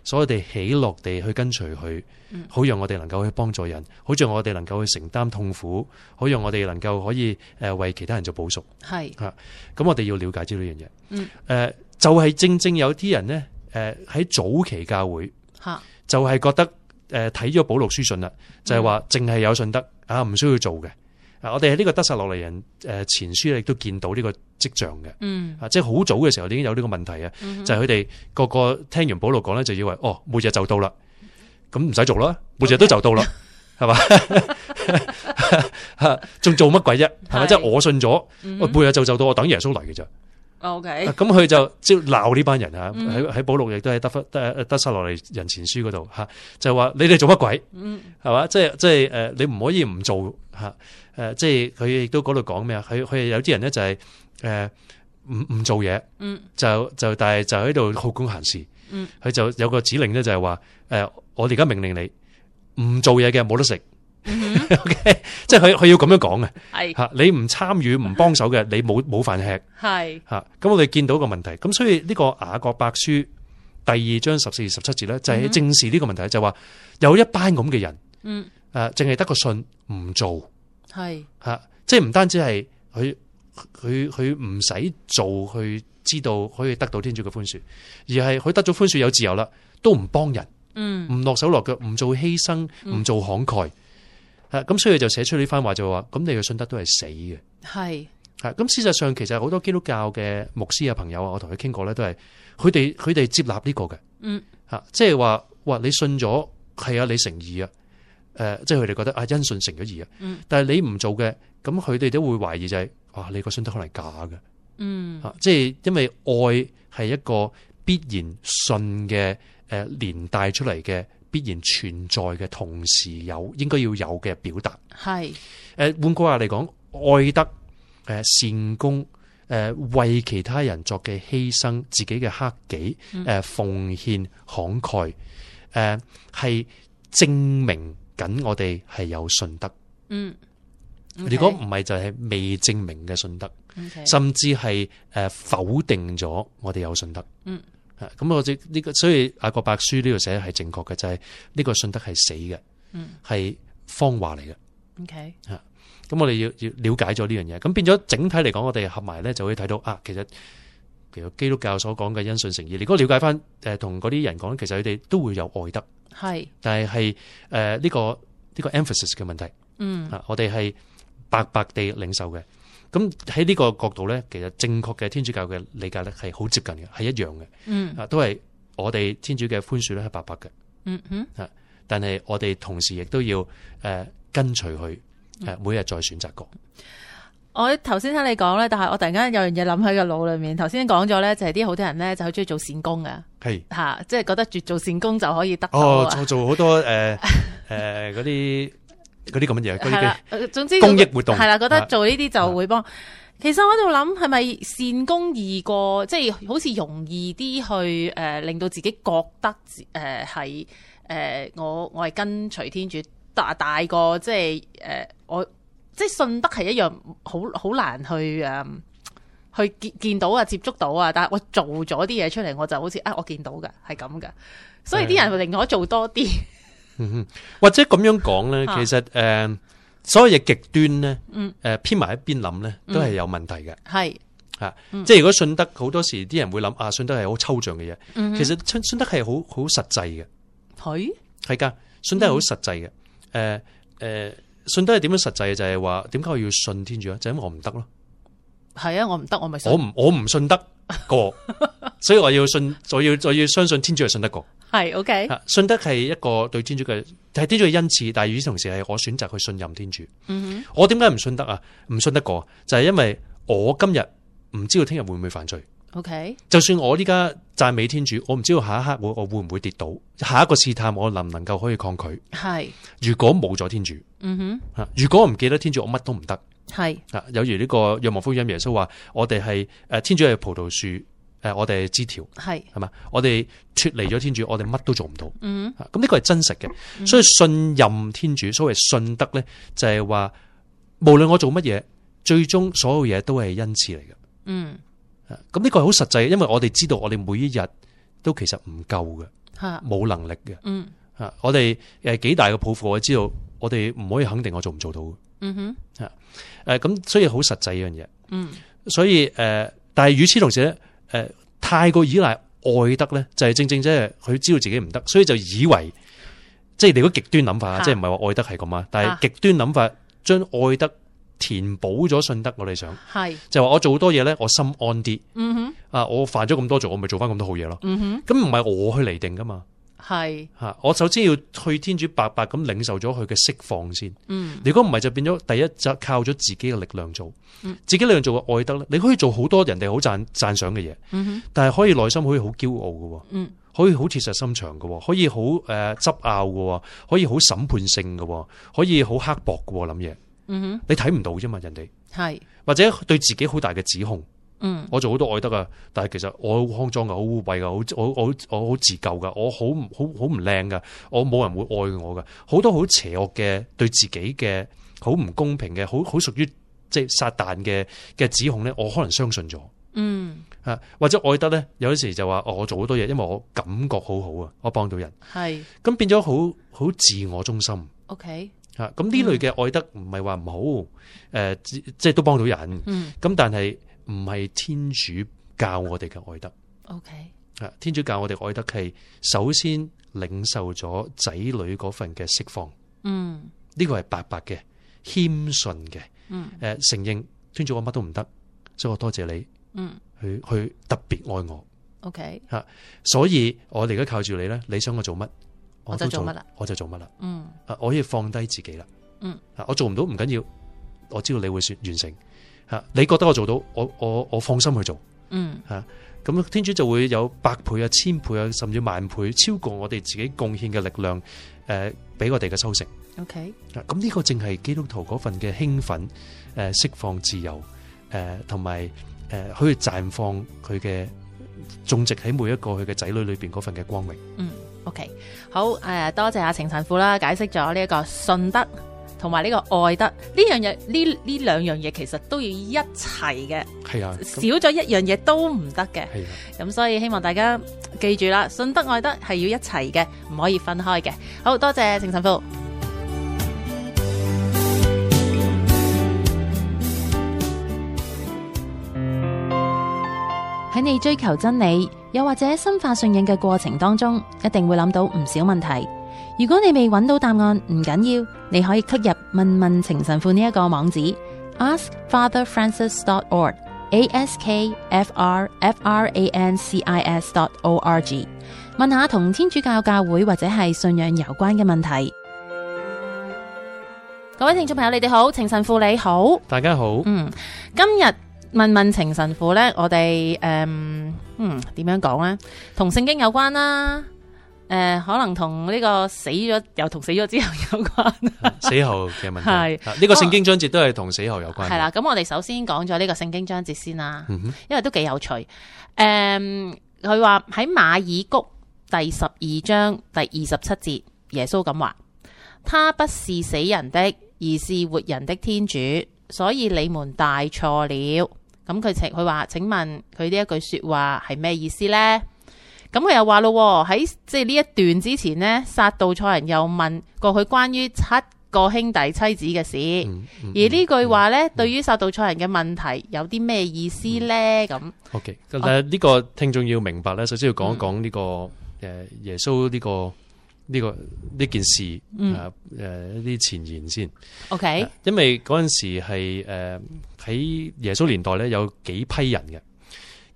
S8: 所以我哋喜樂地去跟隨佢，
S7: 嗯
S8: 好讓我哋能夠去幫助人，好讓我哋能夠去承擔痛苦，好讓我哋能夠可以誒為其他人做補贖。
S7: 係
S8: 咁我哋要了解知呢樣嘢。
S7: 嗯
S8: 誒就係正正有啲人呢，誒喺早期教會。
S7: 吓
S8: 就係覺得誒呃睇咗保羅書信啦，就係
S7: 嗯
S8: 話淨係有信德啊，唔需要做嘅。啊，我哋喺呢個德撒洛尼人誒前書亦都見到呢個跡象嘅。
S7: 嗯
S8: 啊，即係好早嘅時候已經有呢個問題啊，就係佢哋個個聽完保羅講咧，就以為哦，末日就到啦，咁唔使做啦，末日都
S7: [laughs]
S8: 就到啦，係嘛？ [laughs] 仲做乜鬼啫？係
S7: 係
S8: 咪？
S7: 嗯
S8: 即係我信咗，喂末日就就到，我等耶穌嚟嘅咋。
S7: ừ ，OK，
S8: 啊咁佢就即係鬧呢班人啊！
S7: 嗯
S8: 喺喺保禄亦都喺德弗德德撒羅尼人前書嗰度吓，就話你哋做乜鬼？
S7: 嗯
S8: 係嘛？即係即係诶，你唔可以唔做吓诶，誒即係佢亦都嗰度講咩啊？佢佢哋有啲人咧就係诶唔唔做嘢，
S7: 嗯
S8: 就就但係就喺度好管閒事。
S7: 嗯，
S8: 佢就有個指令咧，就係話诶，誒我哋而家命令你唔做嘢嘅冇得食。OK，即 [laughs] 係佢佢要咁樣講嘅
S7: 嗯
S8: 啊
S7: 係
S8: 吓，你唔參與唔幫手嘅，你冇冇飯吃。
S7: 係
S8: 吓，咁我哋見到個問題，咁所以呢個雅各伯書第二章十四十七節咧，就係正視呢個問題，就話有一班咁嘅人，
S7: 嗯
S8: 诶，淨係得個信唔做
S7: 係
S8: 吓，即係唔單止係佢佢佢唔使做去知道可以得到天主嘅寬恕，而係佢得咗寬恕有自由啦，都唔幫人，
S7: 嗯
S8: 唔落手落腳，唔做犧牲，唔做慷慨，吓咁所以就寫出呢番話就話，咁你嘅信德都係死嘅。
S7: 係
S8: 係啊咁，事實上其實好多基督教嘅牧師啊、朋友啊，我同佢傾過咧，都係佢哋佢哋接納呢個嘅，
S7: 嗯
S8: 嚇，即係話哇，你信咗係啊，你誠意啊，誒、即係佢哋覺得啊，因信誠咗意啊，
S7: 嗯
S8: 但係你唔做嘅，咁佢哋都會懷疑就係、哇，你個信德可能係假嘅
S7: 嗯
S8: 嚇、啊即係因為愛係一個必然信嘅誒、呃、連帶出嚟嘅必然存在嘅，同時有應該要有嘅表達。
S7: 係
S8: 诶，换呃句話嚟講，愛德诶、呃善功诶、呃為其他人作嘅犧牲，自己嘅克己
S7: 嗯
S8: 诶、呃奉獻慷慨诶，系、係證明緊我哋係有信德。
S7: 嗯，
S8: 如果唔係，就係未證明嘅信德，
S7: OK，
S8: 甚至係诶、呃否定咗我哋有信德。
S7: 嗯
S8: 啊。咁我即呢個，所以雅各伯書呢度寫係正確嘅，就係、呢個信德係死嘅，
S7: 嗯
S8: 係謊話嚟嘅。
S7: OK，
S8: 咁我哋要要了解咗呢樣嘢，咁變咗整體嚟講，我哋合埋咧就會睇到啊，其實其實基督教所講嘅因信誠意，你如果了解翻誒同嗰啲人講，其實佢哋都會有愛德，
S7: 係
S8: 但係係誒呢個呢、個 emphasis 嘅問題
S7: 嗯
S8: 啊，我哋係白白地領受嘅。咁喺呢個角度咧，其實正確嘅天主教嘅理解咧係好接近嘅，係一樣嘅
S7: 嗯
S8: 啊，都係我哋天主嘅寬恕咧係白白嘅。
S7: 嗯嗯
S8: 但係我哋同時亦都要誒、呃跟隨佢誒、呃每日再選擇過。
S7: 我頭先聽你講咧，但係我突然間有樣嘢諗喺個腦裏面。頭先講咗咧，就係啲好多人咧就好中意做善功嘅
S8: 係
S7: 吓，嚇即係覺得做做善功就可以得到
S8: 哦，
S7: 啊
S8: 做。做好多 [laughs] 誒誒嗰啲嗰啲咁嘅嘢，嗰
S7: 係
S8: 啲
S7: 啦，呃總之
S8: 公益活動
S7: 係啦，覺
S8: 啊
S7: 得做呢啲就會幫。其實我喺度諗係咪善功易過，即係好似容易啲去诶、呃令到自己覺得诶係诶我我係跟隨天主大大個，即係诶、呃我即係信德係一樣好好難去诶。呃去見見到啊，接觸到啊，但係我做咗啲嘢出嚟，我就好似啊，我見到㗎，係咁㗎。所以啲人會寧可做多啲， [laughs]
S8: 或者咁樣講咧，
S7: 啊
S8: 其實誒所有嘢極端咧，
S7: 嗯
S8: 誒編埋一邊諗咧，都係有問題嘅。
S7: 係
S8: 吓，
S7: 嗯
S8: 即係如果信德好多時啲人會諗啊，信德係好抽象嘅嘢，
S7: 嗯哼
S8: 其實信信德係好好實際嘅，
S7: 佢
S8: 係噶，信德係好實際嘅。
S7: 嗯
S8: 诶诶、誒信德係點樣實際嘅？就係話點解我要信天主啊？就因為我唔得咯，
S7: 係啊，我唔得，我咪信
S8: 我唔我唔信得
S7: [laughs]
S8: 過，所以我要信，我要我要相信天主係信得過。
S7: 係 OK。
S8: 啊信德係一個對天主嘅係天主嘅恩賜，但係與此同時係我選擇去信任天主。
S7: 嗯
S8: 我點解唔信得啊？唔信得過就係因為我今日唔知道聽日會唔會犯罪。
S7: 哼，OK，
S8: 就算我呢家讚美天主，我唔知道下一刻我我會唔會跌倒，下一個試探我能唔能夠可以抗拒？
S7: 係，
S8: 如果冇咗天主，
S7: 嗯
S8: 啊，如果我唔記得天主，我乜都唔得
S7: 哼，係，
S8: 啊！有如呢個《若望福音》，耶穌話：我哋係誒天主係葡萄樹，誒我哋係枝條，
S7: 係，
S8: 係嘛？我哋脱離咗天主，我哋乜都做唔到。
S7: 嗯
S8: 啊咁呢個係真實嘅，所以信任天主，所謂信德咧，就係話無論我做乜嘢，最終所有嘢都係恩賜嚟嘅。
S7: 嗯，
S8: 啊咁呢個係好實際，因為我哋知道我哋每一日都其實唔夠嘅，
S7: 嚇，
S8: 冇能力嘅。
S7: 嗯，
S8: 啊，我哋誒幾大嘅抱負，我知道我哋唔可以肯定我做唔做到嘅。
S7: 嗯哼，
S8: 誒呃咁，所以好實際呢樣嘢。
S7: 嗯，
S8: 所以誒、呃但係與此同時咧，誒、太過依賴愛德咧，就係、正正即係佢知道自己唔得，所以就以為即係你嗰極端諗法啊，
S7: 嚇
S8: 即係唔係話愛德係咁啊？但
S7: 嚇
S8: 係極端諗法將愛德填補咗信德，我哋想
S7: 係，
S8: 就話我做好多嘢咧，我心安啲
S7: 嗯哼，
S8: 啊！我犯咗咁多罪，我咪做翻咁多好嘢咯。
S7: 嗯哼，
S8: 咁唔係我去嚟定噶嘛
S7: 係，
S8: 嚇，我首先要去天主白白咁領受咗佢嘅釋放先。
S7: 嗯，
S8: 如果唔係就變咗第一就靠咗自己嘅力量做，
S7: 嗯
S8: 自己力量做嘅愛德咧，你可以做好多人哋好讚讚賞嘅嘢，
S7: 嗯
S8: 但係可以內心可以好驕傲嘅喎，
S7: 嗯
S8: 可以好鐵石心腸嘅喎，可以好誒執拗嘅喎，可以好審判性嘅喎，可以好刻薄嘅喎諗嘢，
S7: 哼，嗯
S8: 你睇唔到啫嘛人哋，
S7: 哼，係，
S8: 或者對自己好大嘅指控。
S7: 嗯，
S8: 我做好多愛德啊，但係其實我好骯髒噶，好污穢噶，好我我我好自救噶，我好唔好好唔靚噶，我冇人會愛我噶，好多好邪惡嘅對自己嘅好唔公平嘅，好好屬於即係撒旦嘅嘅指控咧，我可能相信咗
S7: 嗯，
S8: 啊，或者愛德咧，有時就話哦，我做好多嘢，因為我感覺好好啊，我幫到人，
S7: 係
S8: 咁變咗好好自我中心。
S7: ，OK，
S8: 啊，咁呢類嘅愛德唔係話唔好，誒、即即係都幫到人，咁、
S7: 嗯
S8: 但係唔係天主教我哋嘅愛德。
S7: ，OK，
S8: 啊，天主教我哋愛德係首先領受咗仔女嗰份嘅釋放，
S7: 嗯，
S8: 呢個係白白嘅、謙順嘅，誒、呃
S7: 嗯
S8: 承認天主我乜都唔得，所以我多謝你
S7: 嗯
S8: 去去特別愛我，
S7: ，OK，
S8: 所以我哋而家靠住你咧，你想我做乜，
S7: 我就
S8: 都
S7: 做乜啦，
S8: 我就做乜啦，
S7: 嗯，
S8: 啊，我可以放低自己啦，
S7: 嗯，
S8: 啊，我做唔到唔緊要，我知道你會說完成，啊，你覺得我做到，我我我放心去做。
S7: 嗯，
S8: 咁啊天主就會有百倍啊、千倍啊，甚至萬倍，超過我哋自己貢獻嘅力量，誒、俾我哋嘅收成。
S7: ，OK，
S8: 啊咁呢個正係基督徒嗰份嘅興奮，誒、釋放自由，誒同埋呃誒可以綻放佢嘅種植喺每一個佢嘅仔女裏邊嗰份嘅光榮。
S7: 嗯，OK，好，誒、多謝阿程神父啦，解釋咗呢一個信德同埋呢個愛德呢樣嘢，呢呢兩樣嘢其實都要一齊嘅，
S8: 係啊，
S7: 少咗一樣嘢都唔得嘅。
S8: 係啊。
S7: 咁所以希望大家記住啦，信德愛德係要一齊嘅，唔可以分開嘅。好多謝程神父。喺你追求真理，又或者深化信仰嘅過程當中，一定會諗到唔少問題。如果你未揾到答案，唔緊要，你可以 click 入問問情神父呢一個網址 askfatherfrancis.org。askfrfrancis.org，問下同天主教教會或者係信仰有關嘅問題。各位聽眾朋友，你哋好，情神父你好。
S8: 大家好，
S7: 嗯，今日問問情神父呢，我哋诶、嗯嗯點樣講呢？同聖經有關啦，诶、可能同呢個死咗又同死咗之後有關，
S8: 死後
S7: [laughs]
S8: 嘅問題，
S7: 係
S8: 啊呢個聖經章節都係同死後有關嘅。
S7: 係哦啦。咁我哋首先講咗呢個聖經章節先啦，
S8: 嗯哼，
S7: 因為都幾有趣。诶、佢話喺馬爾谷第十二章第二十七節，耶穌咁話：他不是死人的，而是活人的天主，所以你們大錯了。咁佢請佢話：請問佢呢一句说話係咩意思呢？咁佢又話咯喎，喺即係呢一段之前呢，撒道賽人又問過佢關於七個兄弟妻子嘅事，
S8: 嗯嗯
S7: 而呢句話呢，對於撒道賽人嘅問題有啲咩意思呢？
S8: 嗯
S7: 咁
S8: OK，誒呢個聽眾要明白咧，首先要講一
S7: 嗯
S8: 講呢、個誒耶穌呢、個呢、個呢件事啊
S7: 嗯
S8: 誒誒一啲前言先，
S7: OK，
S8: 因為嗰陣時係誒喺耶穌年代咧有幾批人嘅，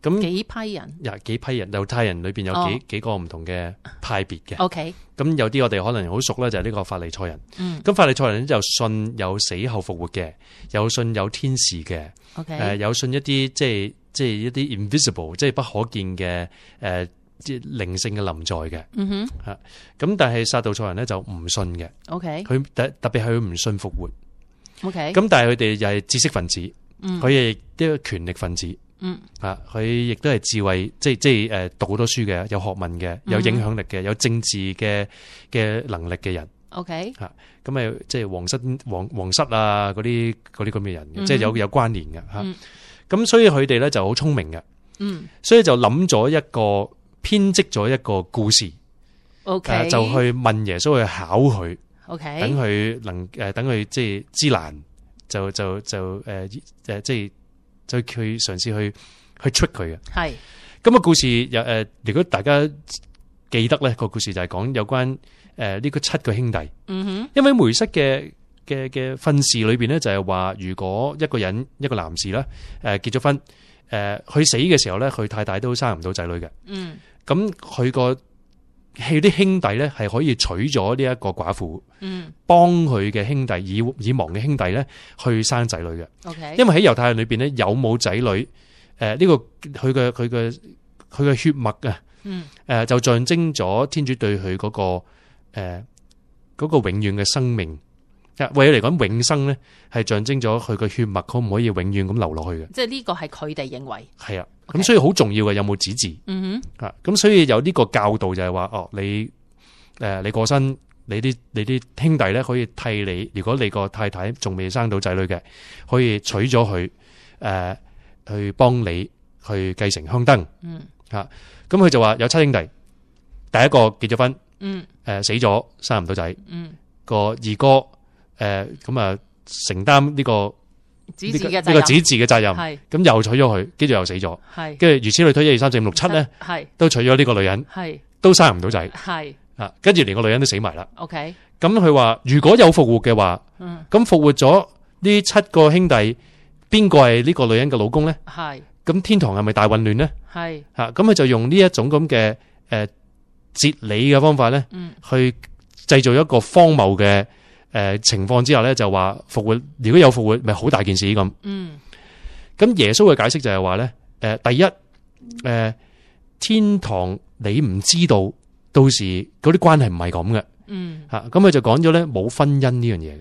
S8: 咁
S7: 幾批人
S8: 有幾批人猶太人裏邊有
S7: 哦
S8: 幾、幾個唔同嘅派別嘅，
S7: ？OK，
S8: 咁有啲我哋可能好熟咧，就係呢個法利賽人，
S7: 嗯
S8: 咁法利賽人就信有死後復活嘅，有信有天使嘅。誒、
S7: ，OK，
S8: 有信一啲即係即係一啲 invisible，即係不可見嘅誒、即係靈性嘅臨在嘅。
S7: 嗯哼
S8: 咁但係撒道賽人咧就唔信嘅，佢特特別係佢唔信復活。
S7: ，OK，OK，
S8: 咁但係佢哋又係知識分子，
S7: 嗯
S8: 佢亦都係權力分子。
S7: 嗯
S8: 啊，佢亦都係智慧，即係即係誒讀好多書嘅，有學問嘅，有
S7: 嗯
S8: 影響力嘅，有政治嘅嘅能力嘅人。
S7: ，OK，
S8: 咁咪即係皇室皇皇室啊嗰啲嗰啲咁嘅人嘅，
S7: 嗯哼
S8: 即係有有關聯嘅嚇。
S7: 嗯
S8: 咁、所以佢哋咧就好聰明嘅，
S7: 嗯
S8: 所以就諗咗一個編織咗一個故事，
S7: ，OK，哎
S8: 誒就去問耶穌去考佢，
S7: ，OK，
S8: 等佢能誒等佢即係知難，就就就誒誒即係就去嘗試去去 trick 佢嘅。
S7: 係，
S8: 咁、個故事有誒、呃如果大家記得咧，個故事就係講有關誒呢個七個兄弟。
S7: 嗯哼，
S8: 因為梅瑟嘅嘅嘅婚事裏边咧，就係話如果一個人一個男士啦，诶、結咗婚，诶、佢死嘅時候咧，佢太太都生唔到仔女嘅，
S7: 嗯
S8: 咁佢個佢啲兄弟咧係可以娶咗呢一個寡婦，
S7: 嗯
S8: 幫佢嘅兄弟已已亡嘅兄弟咧去生仔女嘅，
S7: ，OK，
S8: 因為喺猶太人裏边咧有冇仔女，诶、呢、個佢嘅佢嘅佢嘅血脈啊，
S7: 嗯
S8: 诶、就象徵咗天主對佢嗰、個诶嗰、個永遠嘅生命。啊為佢嚟講，永生咧係象徵咗佢個血脈可唔可以永遠咁流落去嘅？
S7: 即係呢個係佢哋認為，
S8: 係啊，咁
S7: OK
S8: 所以好重要嘅有冇指字
S7: 嗯哼，
S8: 啊？咁所以有呢個教導就係話，哦，你誒、呃你過身，你啲你啲兄弟咧可以替你，如果你個太太仲未生到仔女嘅，可以娶咗佢誒去幫你去繼承香燈。
S7: 嗯
S8: 咁佢就話有七兄弟，第一個結咗婚。
S7: 嗯
S8: 誒、死咗，生唔到仔。
S7: 嗯，
S8: 個二哥誒咁啊，承擔呢、個
S7: 指
S8: 呢、
S7: 示
S8: 個
S7: 嘅
S8: 呢
S7: 責
S8: 個
S7: 任，
S8: 子嗣嘅責任。
S7: 係
S8: 咁又娶咗佢，跟住又死咗，
S7: 係
S8: 跟住如此類推，一二三四五六七咧，
S7: 係
S8: 都娶咗呢個女人，
S7: 係
S8: 都生唔到仔
S7: 係
S8: 啊！跟住連個女人都死埋啦。
S7: ，OK，
S8: 咁佢話：如果有復活嘅話，
S7: 嗯
S8: 咁復活咗呢七個兄弟，邊個係呢個女人嘅老公咧？
S7: 係
S8: 咁天堂係咪大混亂咧？
S7: 係
S8: 嚇、咁佢就用呢一種咁嘅誒哲理嘅方法咧。
S7: 嗯
S8: 去製造一個荒謬嘅誒、呃情況之下咧，就話復活，如果有復活，咪好大件事咁。
S7: 嗯
S8: 咁耶穌嘅解釋就係話咧，誒、第一誒、呃天堂你唔知道，到時嗰啲關係唔係咁嘅
S7: 嗯，
S8: 啊嚇。咁佢就講咗咧冇婚姻呢樣嘢，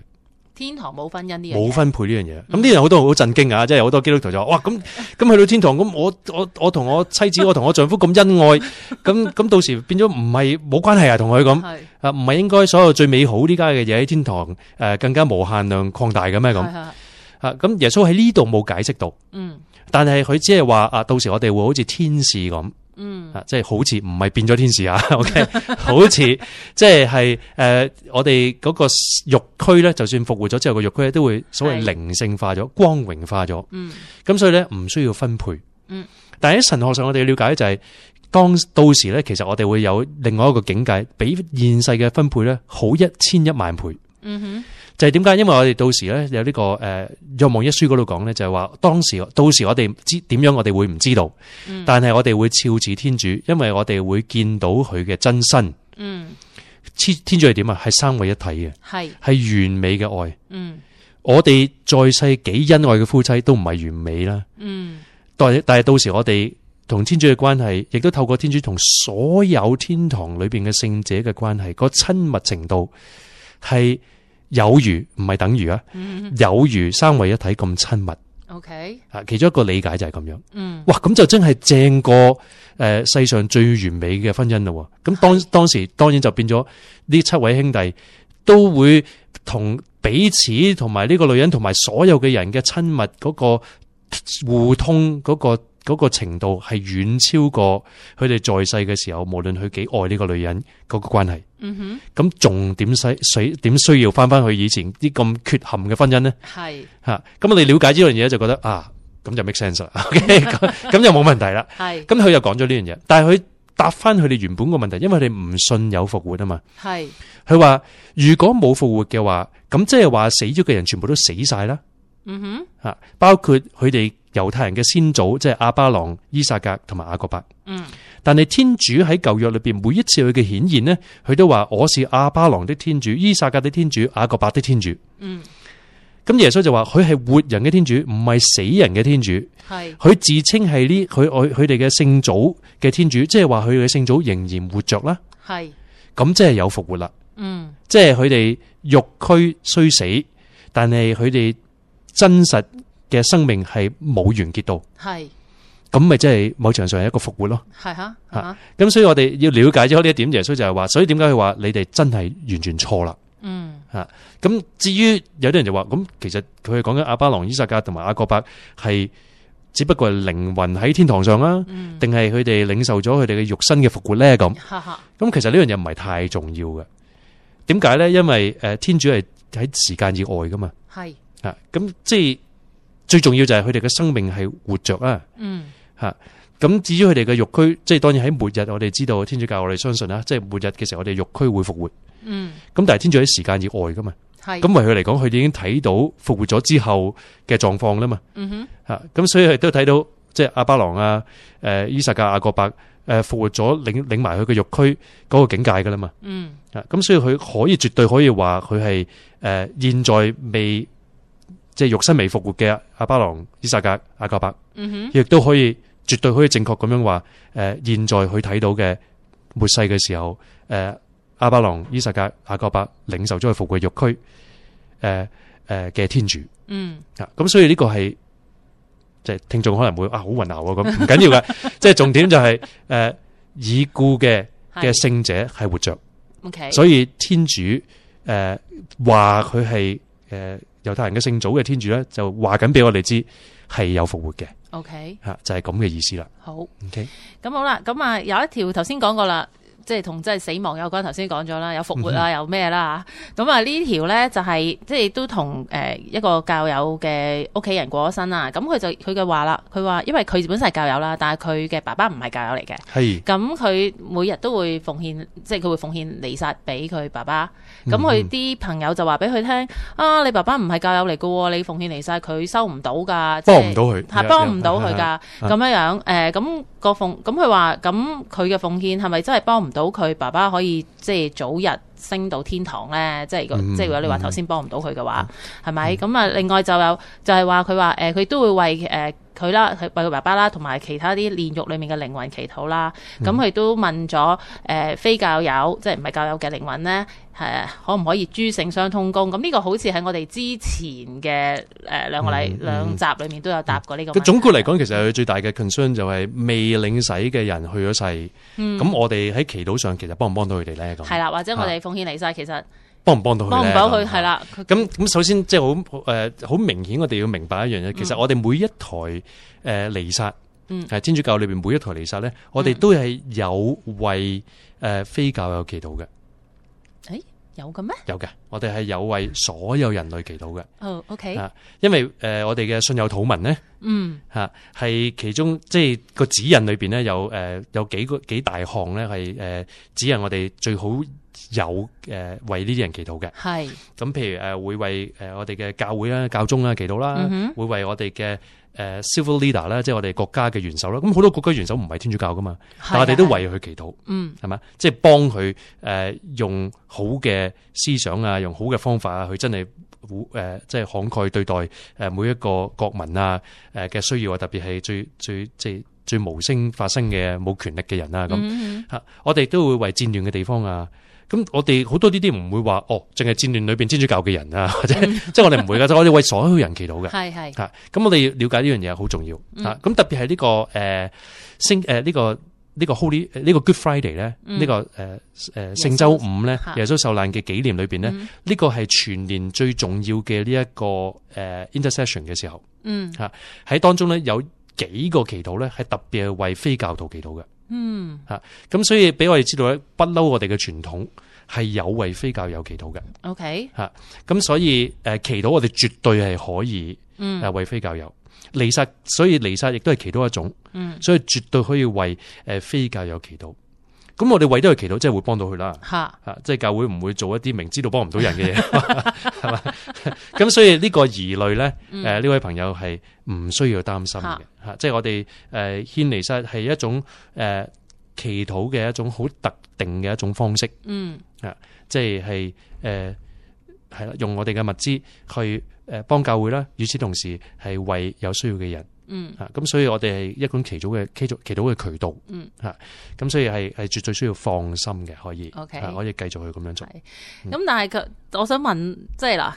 S7: 天堂冇婚姻呢樣嘢嗯
S8: 冇分配呢樣嘢。咁啲人好多人好震驚啊，即係好多基督徒就話：哇，咁咁去到天堂，咁我我我同我妻子，我 [laughs] 同我丈夫咁恩愛，咁咁到時變咗唔係冇關係啊，同佢咁。
S7: 係
S8: 啊，唔係應該所有最美好呢家嘅嘢喺天堂誒、呃更加無限量擴大嘅咩咁
S7: 係係，
S8: 啊？咁耶穌喺呢度冇解釋到，
S7: 嗯
S8: 但係佢只係話啊，到時我哋會好似天使咁
S7: 嗯
S8: 啊，即係好似唔係變咗天使啊 [laughs] ，OK，好似即係係誒我哋嗰個肉區咧，就算復活咗之後個肉區咧，都會所謂
S7: 係
S8: 靈性化咗、光榮化咗，
S7: 嗯
S8: 咁所以咧唔需要分配。
S7: 嗯，
S8: 但係喺神學上我哋了解就係、當到時咧，其實我哋會有另外一個境界，比現世嘅分配咧好一千一萬倍。
S7: 嗯哼，
S8: 就係點解？因為我哋到時咧有呢、個誒《若望一書》嗰度講咧，就係話當時到時我哋知點樣，我哋會唔知道，
S7: 嗯
S8: 但係我哋會肖似天主，因為我哋會見到佢嘅真身。
S7: 嗯
S8: 天天主係點啊？係三位一體嘅，
S7: 系，
S8: 係完美嘅愛。
S7: 嗯
S8: 我哋在世幾恩愛嘅夫妻都唔係完美啦，
S7: 嗯
S8: 但但係到時我哋同天主嘅關係，亦都透過天主同所有天堂裏邊嘅聖者嘅關係，個親密程度係有餘，唔係等於啊，
S7: 嗯
S8: 有餘三位一體咁親密
S7: ，OK，
S8: 啊。其中一個理解就係咁樣。
S7: 嗯
S8: 哇，咁就真係正過誒、呃世上最完美嘅婚姻咯喎。咁當當時當然就變咗呢七位兄弟都會同彼此同埋呢個女人同埋所有嘅人嘅親密嗰個互通嗰、個。嗰個程度係遠超過佢哋在世嘅時候，無論佢幾愛呢個女人嗰個關係，
S7: 嗯
S8: 咁仲點需需點需要翻翻去以前啲咁缺陷嘅婚姻呢？
S7: 哼，系
S8: 嚇，咁我哋了解呢樣嘢就覺得啊，咁就 make sense 啦。OK，咁咁就冇問題啦。
S7: 系
S8: 咁佢又講咗呢樣嘢，但係佢答翻佢哋原本個問題，因為佢哋唔信有復活啊嘛。
S7: 系，
S8: 佢話如果冇復活嘅話，咁即係話死咗嘅人全部都死晒啦。
S7: 嗯哼，
S8: 嚇，包括佢哋猶太人嘅先祖，即係亞巴郎、伊撒格同埋雅各伯。
S7: 嗯
S8: 但係天主喺舊約裏邊每一次佢嘅顯現呢，佢都話我是亞巴郎的天主、伊撒格的天主、雅各伯的天主。
S7: 嗯
S8: 咁耶穌就話佢係活人嘅天主，唔係死人嘅天主。
S7: 系，
S8: 佢自稱係呢佢佢佢哋嘅聖祖嘅天主，即係話佢嘅聖祖仍然活着啦，
S7: 系，
S8: 咁即係有復活啦，
S7: 嗯
S8: 即係佢哋肉軀雖死，但係佢哋真實嘅生命係冇完結到，
S7: 系，
S8: 咁咪即係某程度上係一個復活咯。
S7: 系吓，吓，
S8: 咁所以我哋要了解咗呢一點，耶穌就係話，所以點解佢話你哋真係完全錯啦。
S7: 嗯
S8: 咁至於有啲人就話，咁其實佢係講緊阿巴郎、伊撒格同埋阿各伯係只不過係靈魂喺天堂上啦、
S7: 嗯，
S8: 定係佢哋領受咗佢哋嘅肉身嘅復活呢？咁
S7: 哈哈，
S8: 咁其實呢樣嘢唔係太重要嘅。點解呢？因為诶、呃天主係喺時間以外噶嘛，
S7: 系，
S8: 啊，咁即係最重要就係佢哋嘅生命係活着啊。
S7: 嗯
S8: 咁至於佢哋嘅肉軀，即係當然喺末日，我哋知道天主教我哋相信啦，啊即係末日嘅時候，我哋肉軀會復活。咁
S7: 嗯，
S8: 但係天主喺時間以外噶嘛，
S7: 系，
S8: 咁為佢嚟講，佢哋已經睇到復活咗之後嘅狀況啦嘛。
S7: 嗯哼，
S8: 吓，咁所以佢都睇到即系阿巴郎啊、诶、伊撒格、阿各伯诶复活咗領领埋佢嘅肉躯嗰個境界噶啦嘛，
S7: 嗯
S8: 啊，咁所以佢可以絕對可以話佢係诶现在未即係肉身未復活嘅阿巴郎、伊撒格、阿各伯，
S7: 嗯哼，
S8: 亦都可以絕對可以正確咁樣話诶、呃，现在佢睇到嘅末世嘅時候，诶、阿巴郎、伊撒格、阿各伯領受咗佢復活嘅肉躯，诶诶嘅天主。
S7: 嗯
S8: 啊，咁所以呢個係即係聽眾可能會啊好混淆啊咁，唔緊要嘅，即係重點就係、呃已故嘅嘅
S7: 系
S8: 聖者係活着，
S7: ，OK，
S8: 所以天主誒話佢係誒猶太人嘅聖祖嘅天主咧，就話緊俾我哋知係有復活嘅
S7: OK，
S8: 嚇，就係咁嘅意思啦。
S7: 好。
S8: OK，
S7: 咁好啦，咁啊有一條頭先講過啦，即係同即係死亡有關，頭先講咗啦，有復活啦，有咩啦咁啊呢條呢，就係、即係都同誒一個教友嘅屋企人過咗身啦。咁佢就佢嘅話啦，佢話因為佢本身係教友啦，但係佢嘅爸爸唔係教友嚟嘅。
S8: 係
S7: 咁佢每日都會奉獻，即係佢會奉獻彌撒俾佢爸爸。
S8: 嗯
S7: 咁佢啲朋友就話俾佢聽：啊，你爸爸唔係教友嚟嘅喎，你奉獻彌撒佢收唔到㗎，即係
S8: 幫唔到佢，啊
S7: 係幫唔到佢
S8: 係。
S7: 㗎，咁樣樣誒，呃咁、個奉咁佢話，咁佢嘅奉獻係咪真係幫唔到佢爸爸可以即係早日升到天堂咧？即係如果
S8: 嗯
S7: 即係如果你話頭先幫唔到佢嘅話，係咪？咁啊，另外就有就係話佢話誒，佢、都會為誒。呃佢啦，佢為佢爸爸啦，同埋其他啲煉獄裡面嘅靈魂祈禱啦。
S8: 嗯
S7: 咁佢、都問咗誒、呃非教友，即係唔係教友嘅靈魂咧，誒、可唔可以諸聖相通功？咁呢個好似喺我哋之前嘅誒、呃、兩個禮、
S8: 嗯嗯
S7: 兩集裡面都有答過呢個問題。
S8: 咁總括嚟
S7: 啊
S8: 講，其實佢最大嘅 concern 就係未領洗嘅人去咗世，咁、我哋喺祈禱上其實幫唔幫到佢哋咧？咁
S7: 嗯系啦，或者我
S8: 啊
S7: 哋奉獻嚟晒，其實
S8: 幫唔幫到佢
S7: 幫唔
S8: 呢
S7: 到佢
S8: 咁啊
S7: 係啦，佢
S8: 咁咁首先即係好诶，好明顯我哋要明白一樣嘢，其實我哋每一台诶弥撒，
S7: 嗯
S8: 係天主教裏边每一台彌撒咧，我哋都係有為诶非教友祈禱嘅，
S7: 有嘅咩？
S8: 有嘅，我哋係有為所有人類祈禱嘅，
S7: 哦，OK，
S8: 啊因為诶我哋嘅信友土民咧
S7: 嗯
S8: 吓係其中即係個指引裏边咧有诶有幾個幾大項咧係诶指引我哋最好有诶為呢啲人祈禱嘅。
S7: 係，
S8: 呃咁譬如誒會為誒我哋嘅教會啦、教宗啦祈禱啦，
S7: 嗯哼
S8: 會為我哋嘅誒 civil leader 啦，即係我哋國家嘅元首啦。咁好多國家元首唔係天主教噶嘛，但我哋都
S7: 係啊
S8: 為佢祈禱，
S7: 嗯
S8: 係咪？即係幫佢誒用好嘅思想啊，用好嘅方法啊，去真係誒、即係慷慨對待誒每一個國民啊誒嘅需要啊，特別係最最即係最無聲發聲嘅冇權力嘅人啊咁。
S7: 嗯
S8: 吓，我哋都會為戰亂嘅地方啊。咁我哋好多呢啲唔會話哦，淨係戰亂裏邊天主教嘅人啊，或者即係我哋唔會噶，我哋為所有人
S7: [laughs]
S8: 祈禱嘅。
S7: 係係
S8: 吓，啊咁我哋了解呢樣嘢好重要
S7: 嗯
S8: 吓。咁特別係呢個誒星誒呢個呢個 Holy 呃呢個 Good Friday 咧，
S7: 嗯
S8: 呢個誒誒聖周五咧
S7: 嚇，
S8: 耶穌受難嘅紀念裏邊咧，
S7: 嗯
S8: 呢個係全年最重要嘅呢一個誒 intercession 嘅時候，
S7: 嗯
S8: 喺當中咧有幾個祈禱咧係特別係為非教徒祈禱嘅。
S7: 嗯
S8: 咁所以俾我哋知道咧，不嬲我哋嘅傳統係有為非教有祈禱嘅。
S7: ，OK，
S8: 咁所以誒、呃祈禱我哋絕對係可以
S7: 嗯
S8: 誒為非教有。彌撒，所以彌撒亦都係祈禱一種，
S7: 嗯
S8: 所以絕對可以為誒非教有祈禱。咁我哋為咗佢祈禱，即係會幫到佢啦。
S7: 吓
S8: 啊，即係教會唔會做一啲明知道幫唔到人
S7: [laughs]
S8: 嘅嘢， [laughs] 係嘛？咁所以呢個疑慮咧，誒、
S7: 嗯
S8: 呢位朋友係唔需要擔心嘅
S7: 嚇
S8: 嚇，即係我哋誒獻彌撒係一種誒、呃祈禱嘅一種好特定嘅一種方式，
S7: 嗯
S8: 即係係誒係啦，用我哋嘅物資去誒幫教會啦，與此同時係為有需要嘅人。
S7: 嗯
S8: 啊，咁所以我哋係一種祈禱嘅祈禱祈禱嘅渠道，
S7: 嗯
S8: 啊，咁所以係係絕對需要放心嘅，可以
S7: OK
S8: 啊可以繼續去咁樣做嗯
S7: 係。咁但係佢，我想問，即係嗱，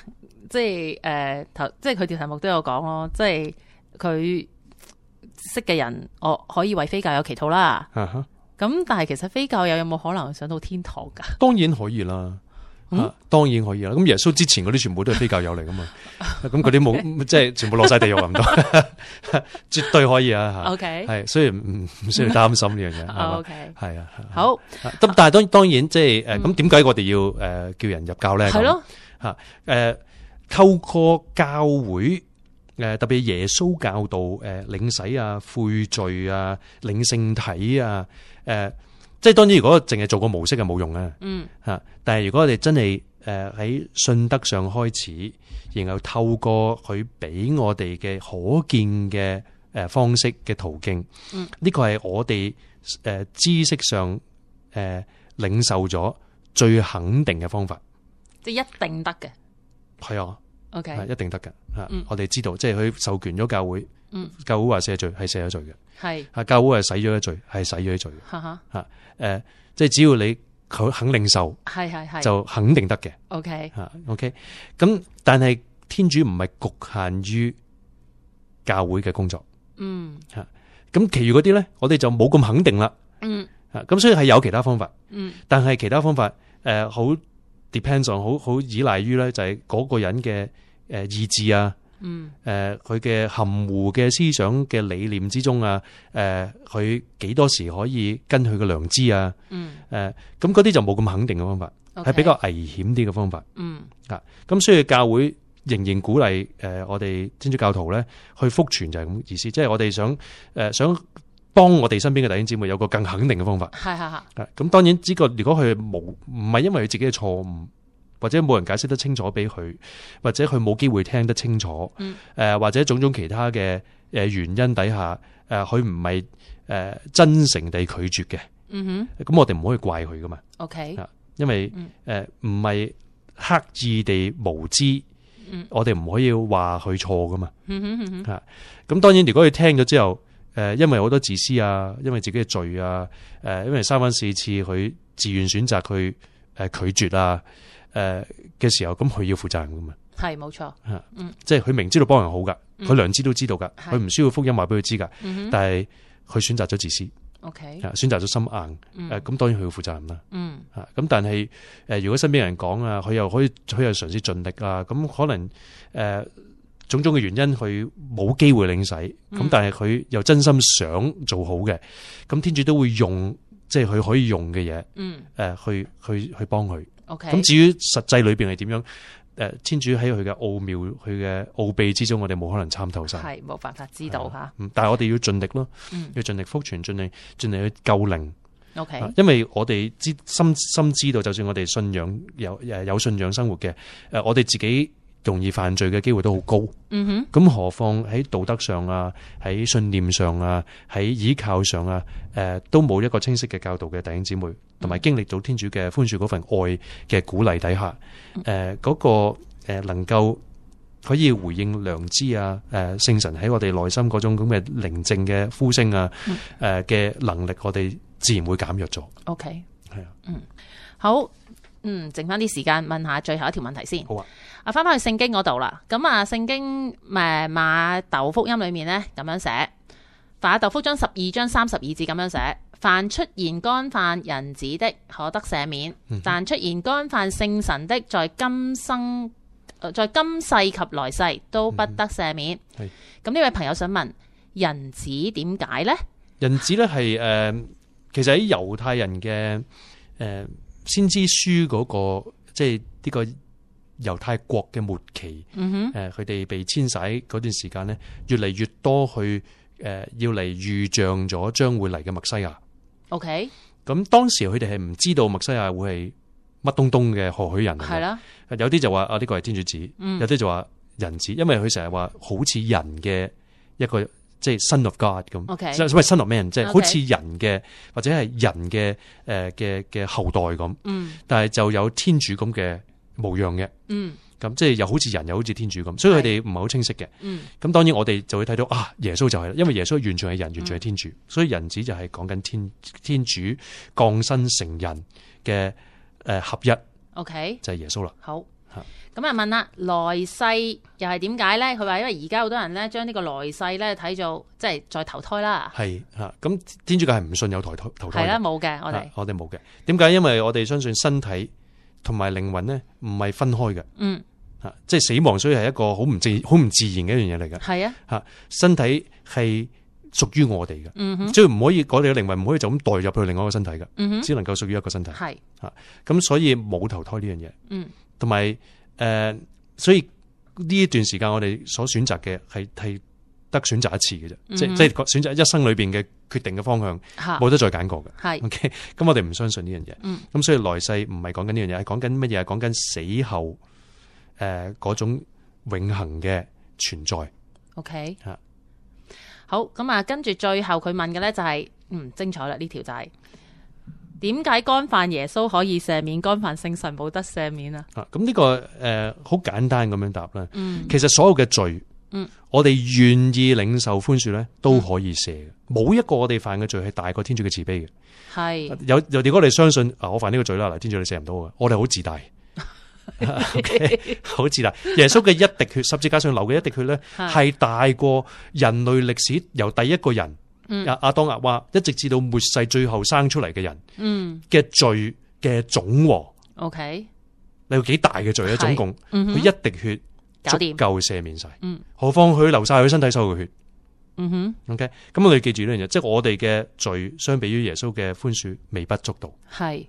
S7: 即係誒頭，即係佢條題目都有講咯，即係佢識嘅人，我可以為非教友祈禱啦。
S8: 啊哈，
S7: 咁但係其實非教友有冇可能上到天堂噶？
S8: 當然可以啦。
S7: 嗯
S8: 啊，當然可以啦。咁耶穌之前嗰啲全部都係非教友嚟噶嘛，啊咁嗰啲冇即係全部落晒地獄咁多，
S7: [laughs]
S8: 絕對可以啊
S7: OK 哦
S8: 嚇。係，雖然唔唔需要擔心呢樣嘢，係嘛
S7: OK
S8: 係啊。係啊
S7: 好，
S8: 咁但係當當然即係誒，咁點解我哋要誒叫人入教咧？
S7: 嗯係咯，
S8: 誒、呃透過教會誒、呃特別耶穌教導誒、領洗啊、悔罪啊、領聖體啊，誒、即係當然如果淨係做個模式係冇用啊
S7: 嗯
S8: 嚇，但係如果我哋真係誒喺信德上開始，然後透過佢俾我哋嘅可見嘅誒方式嘅途徑，
S7: 嗯
S8: 呢個係我哋誒知識上誒領受咗最肯定嘅方法，
S7: 即係一定得嘅。
S8: 係啊。
S7: OK，
S8: 係一定得嘅嚇
S7: 嗯。
S8: 我哋知道，即係佢授權咗教會
S7: 嗯，
S8: 教會話赦罪係赦咗罪嘅，
S7: 係，
S8: 嚇教會係洗咗一罪係洗咗一罪嘅。
S7: 哈哈，
S8: 誒，即係只要你佢肯領受，
S7: 係嗯係係，
S8: 就肯定得嘅
S7: OK，
S8: 嚇。OK，咁但係天主唔係局限於教會嘅工作，
S7: 嗯
S8: 咁其餘嗰啲咧，我哋就冇咁肯定啦。
S7: 嗯
S8: 嚇，咁所以係有其他方法，
S7: 嗯
S8: 但係其他方法誒好 depends on 好好依賴於咧就係嗰個人嘅誒意志啊。
S7: 嗯
S8: 誒佢嘅含糊嘅思想嘅理念之中啊，誒佢幾多時可以跟佢嘅良知啊，
S7: 嗯，
S8: 誒咁嗰啲就冇咁肯定嘅方法，係
S7: OK，
S8: 比較危險啲嘅方法。
S7: 嗯
S8: 咁所以教會仍然鼓勵誒、呃我哋天主教徒咧去復傳就係咁意思，即係我哋想誒、呃想幫我哋身邊嘅弟兄姊妹有個更肯定嘅方法。
S7: 係係係，
S8: 啊咁當然知個如果佢冇唔係因為佢自己嘅錯誤，或者冇人解釋得清楚俾佢，或者佢冇機會聽得清楚，誒、
S7: 嗯
S8: 或者種種其他嘅誒原因底下，誒佢唔係誒真誠地拒絕嘅，
S7: 嗯哼
S8: 咁我哋唔可以怪佢噶嘛，
S7: ，OK，
S8: 因為
S7: 嗯
S8: 誒唔係刻意地無知，
S7: 嗯
S8: 我哋唔可以話佢錯噶嘛。
S7: 嗯哼嗯哼，
S8: 咁當然，如果佢聽咗之後，誒、因為好多自私啊，因為自己嘅罪啊，誒、因為三番四次佢自願選擇佢誒、呃拒絕啊，誒、嘅時候，咁佢要負責任噶嘛，
S7: 係冇錯，
S8: 即係佢明知道幫人好噶，
S7: 嗯
S8: 佢良知都知道噶，
S7: 係
S8: 佢唔需要福音話俾佢知噶，
S7: 嗯哼
S8: 但係佢選擇咗自私，
S7: ，OK，
S8: 啊選擇咗心硬，
S7: 嗯
S8: 誒咁當然佢要負責任啦，
S7: 嗯
S8: 啊咁但係誒、呃如果身邊人講啊，佢又可以佢又嘗試盡力啊，咁可能誒。呃種種嘅原因，佢冇機會領洗，咁、
S7: 嗯
S8: 但係佢又真心想做好嘅，咁天主都會用即係佢可以用嘅嘢，誒、呃
S7: 嗯
S8: 去去去幫佢。
S7: ，OK，
S8: 咁至於實際裏邊係點樣，誒、呃天主喺佢嘅奧妙、佢嘅奧秘之中，我哋冇可能參透晒。
S7: 係冇辦法知道吓，
S8: 嗯但係我哋要盡力咯，
S7: 嗯
S8: 要盡力福傳，盡力盡力去救靈，
S7: ，OK，
S8: 啊因為我哋呃知深深知道，就算我哋信仰有誒有信仰生活嘅，誒我哋自己容易犯罪嘅機會都好高。
S7: 嗯哼，
S8: 咁何況喺道德上啊，喺信念上啊，喺倚靠上啊，誒、都冇一個清晰嘅教導嘅弟兄姊妹，同埋經歷到天主嘅寬恕嗰份愛嘅鼓勵底下，誒、嗰、個、呃、能夠可以回應良知啊，誒、聖神喺我哋內心嗰種咁嘅寧靜嘅呼聲啊，誒、嘅能力，我哋自然會減弱咗。
S7: OK，
S8: 係啊，
S7: 嗯，好，嗯，剩翻啲時間問下最後一條問題先。
S8: 好啊，
S7: 啊，翻翻去聖經嗰度啦。咁啊，聖經誒馬竇福音裏面呢，咁樣寫，馬竇福音十二章三十二節咁樣寫：凡出現干犯人子的，可得赦免；
S8: 嗯
S7: 但出現干犯聖神的，在今生。呃在今世及來世都不得赦免。
S8: 嗯
S7: 咁呢位朋友想問：人子點解呢？
S8: 人子咧係誒，其實喺猶太人嘅誒、呃先知書嗰、個，即係呢個猶太國嘅末期，
S7: 嗯
S8: 誒佢哋被遷徙嗰段時間咧，越嚟越多去誒、呃要嚟預象咗將會嚟嘅墨西亞。
S7: 哼，OK，
S8: 咁當時佢哋係唔知道墨西亞會係乜東東嘅何許人嚟嘅
S7: 係啦，
S8: 有啲就話啊呢個係天主子，
S7: 嗯
S8: 有啲就話人子，因為佢成日話好似人嘅一個即係 son of God 咁
S7: OK
S8: 即係所謂 son of man，即係
S7: OK
S8: 好似人嘅或者係人嘅誒嘅嘅後代咁，
S7: 嗯
S8: 但係就有天主咁嘅模樣嘅，
S7: 嗯
S8: 咁即係又好似人又好似天主咁，所以佢哋唔係好清晰嘅。
S7: 嗯
S8: 咁當然我哋就會睇到啊，耶穌就係啦，因為耶穌完全係人，完全係天
S7: 嗯
S8: 主，所以人子就係講緊天天主降生成人嘅誒、呃合一
S7: ，OK。
S8: 就係、耶穌啦。
S7: 好
S8: 嚇。
S7: 咁啊問啦，來世又係點解呢？佢話因為而家好多人咧，將呢個來世咧睇做即係再投胎啦，
S8: 係嚇，咁天主教係唔信有投胎投
S7: 係
S8: 胎
S7: 啦，
S8: 嘅，
S7: 冇嘅，我
S8: 啊
S7: 哋
S8: 我哋冇嘅。點解？因為我哋相信身體同埋靈魂咧唔係分開嘅
S7: 嗯
S8: 嚇，即係死亡，所以係一個好唔自好唔自然嘅一樣嘢嚟嘅
S7: 係啊，
S8: 嚇。身體係屬於我哋嘅，
S7: 嗯哼
S8: 即係唔可以我哋嘅靈魂唔可以就咁代入去另外一個身體嘅，
S7: 嗯哼，
S8: 只能夠屬於一個身體。
S7: 係
S8: 咁所以冇投胎呢樣嘢，
S7: 嗯，
S8: 同埋誒，所以呢一段時間我哋所選擇嘅係係得選擇一次嘅啫，
S7: 嗯哼
S8: 即即係選擇一生裏邊嘅決定嘅方向，
S7: 嚇
S8: 冇得嗯再揀過嘅。
S7: 啊係
S8: OK，咁我哋唔相信呢樣嘢，咁、
S7: 嗯
S8: 所以來世唔係講緊呢樣嘢，係講緊乜嘢？係講緊死後誒嗰、種永恆嘅存在。
S7: OK
S8: 嚇
S7: 好咁啊，跟住最後佢問嘅咧就係嗯精彩啦，呢條就係點解干犯耶穌可以赦免，干犯聖神冇得赦免啊？
S8: 啊，咁呢、個誒好、簡單咁樣答啦。
S7: 嗯
S8: 其實所有嘅罪，
S7: 嗯
S8: 我哋願意領受寬恕咧，都可以赦嘅。冇一個我哋犯嘅罪係大過天主嘅慈悲嘅。
S7: 係
S8: 有有如果我哋相信啊，我犯呢個罪啦，嗱，天主你赦唔到嘅，我哋好自
S7: [laughs]
S8: 大。OK，好自大。耶穌嘅一滴血，十字架上流嘅一滴
S7: [laughs]
S8: 血咧，
S7: 係
S8: 係大過人類歷史由第一個人啊
S7: 嗯
S8: 阿阿當亞娃一直至到末世最後生出嚟嘅人
S7: 嗯
S8: 嘅罪嘅總和，
S7: OK
S8: 你有幾大嘅罪咧？
S7: 係
S8: 總共
S7: 嗯
S8: 佢
S7: 哼
S8: 一滴血
S7: 搞
S8: 足
S7: 掂
S8: 夠赦免晒。
S7: 嗯
S8: 何況佢流晒佢身體所有嘅血。
S7: 嗯哼
S8: OK，咁我哋記住呢樣嘢，即係我哋嘅罪，相比於耶穌嘅寬恕，微不足道。
S7: 係。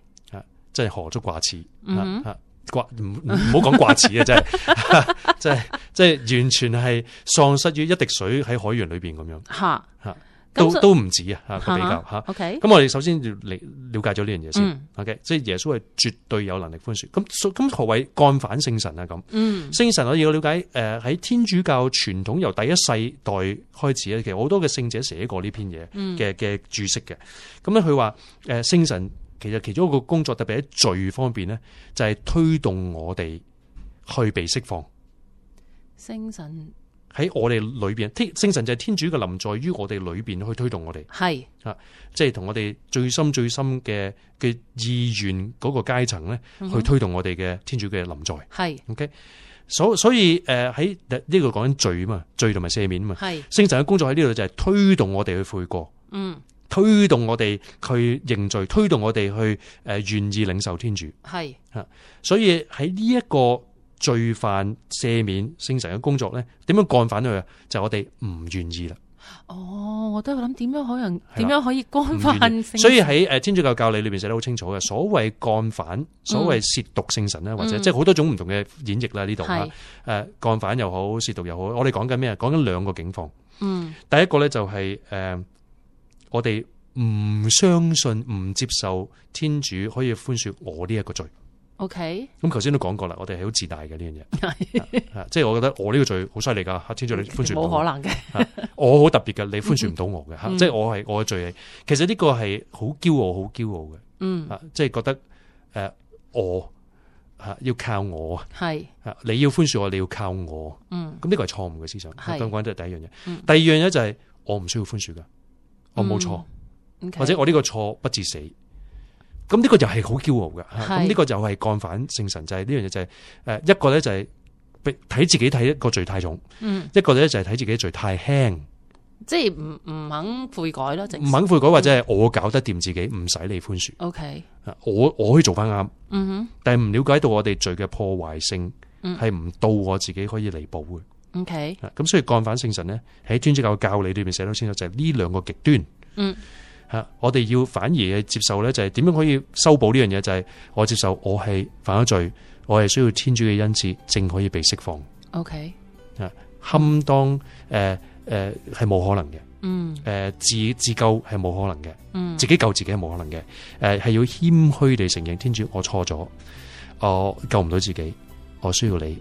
S8: 真係何足掛齒
S7: 嗯哼
S8: 啊！啊掛唔唔唔好講掛齒啊！真係 [laughs] 真係真係完全係喪失於一滴水喺海洋裏邊咁樣，
S7: 吓
S8: 嚇，
S7: 咁
S8: 都
S7: 所
S8: 都唔止啊！嚇
S7: 嚇
S8: 個比較嚇。
S7: O K，
S8: 咁我哋首先要理了解咗呢樣嘢先
S7: 嗯
S8: ，OK，即係耶穌係絕對有能力寬恕。咁所咁何謂干反聖神啊？咁
S7: 嗯
S8: 聖神我哋要了解，誒喺天主教傳統由第一世代開始咧，其實好多嘅聖者寫過呢篇嘢嘅嘅注釋嘅。咁咧佢話誒聖神其實其中一個工作，特別喺罪方面咧，就係推動我哋去被釋放。
S7: 星神
S8: 喺我哋裏邊，天聖神就係天主嘅臨在於我哋裏邊去推動我哋，
S7: 系
S8: 即係同我哋最深最深嘅嘅意願嗰個階層咧，去推動我哋嘅天主嘅臨在。
S7: 系
S8: OK，所所以誒喺呢個講緊罪嘛，罪同埋赦免嘛，
S7: 系，
S8: 聖神嘅工作喺呢度就係推動我哋去悔過，
S7: 嗯
S8: 推動我哋去認罪，推動我哋去誒願意領受天主。
S7: 系
S8: 所以喺呢一個罪犯赦免聖神嘅工作咧，點樣干反佢啊？就係我哋唔願意啦。
S7: 哦，我都諗點樣可能
S8: 啦
S7: 點樣可以干犯
S8: 唔願意
S7: 聖神
S8: 所以喺誒天主教教理裏邊寫得好清楚嘅，所謂干反，所謂褻瀆聖神咧，啊或者
S7: 嗯
S8: 即係好多種唔同嘅演繹啦。呢度嚇
S7: 係
S8: 誒干反又好，褻瀆又好，我哋講緊咩啊？講緊兩個境況。
S7: 嗯
S8: 第一個咧就係、呃我哋唔相信、唔接受天主可以寬恕我呢一個罪。
S7: ，OK，
S8: 咁頭先都講過啦，我哋係好自大嘅呢
S7: [laughs]
S8: 樣嘢，啊即係我覺得我呢個罪好犀利㗎，嚇天主你寬
S7: 冇
S8: 恕唔到我
S7: 可能嘅，
S8: 我好特別嘅，你寬恕唔到我嘅嚇，
S7: 嗯
S8: 即係我係我嘅罪係，其實呢個係好驕傲，好驕傲嘅
S7: 嗯，
S8: 啊，即係覺得誒、呃我啊要靠我
S7: 係，
S8: 啊，你要寬恕我，你要靠我，
S7: 嗯，
S8: 咁呢個係錯誤嘅思想。
S7: 係
S8: 咁講都係第一樣嘢，
S7: 嗯
S8: 第二樣嘢就係我唔需要寬恕嘅，我冇錯，
S7: 嗯，OK
S8: 或者我呢個錯不致死。咁呢個又係好驕傲嘅，啊
S7: 係
S8: 咁呢個又係干反聖神，就係呢樣嘢就係、誒一個咧就係俾睇自己睇一個罪太重，
S7: 嗯，
S8: 一個咧就係睇自己罪太輕。
S7: 即係唔唔肯悔改咯，直
S8: 唔肯悔改或者係我搞得掂自己，唔使你寬恕，
S7: ，OK，
S8: 啊我我可以做翻啱，
S7: 嗯
S8: 但係唔了解到我哋罪嘅破壞性
S7: 嗯
S8: 係唔到我自己可以彌補嘅，
S7: 哼，OK，
S8: 啊咁所以干反聖神呢，喺天主教嘅教理裏面寫得好清楚，就係呢兩個極端。
S7: 嗯，
S8: 吓我哋要反而係接受呢，就係點樣可以修補呢樣嘢，就係我接受我係犯咗罪，我係需要天主嘅恩賜，正可以被釋放，
S7: ，OK，
S8: 堪當誒誒係冇可能嘅，誒、
S7: 嗯
S8: 自自救係冇可能嘅。
S7: 嗯
S8: 自己救自己係冇可能嘅。誒、呃係要謙虛地承認天主，我錯咗，我救唔到自己，我需要你，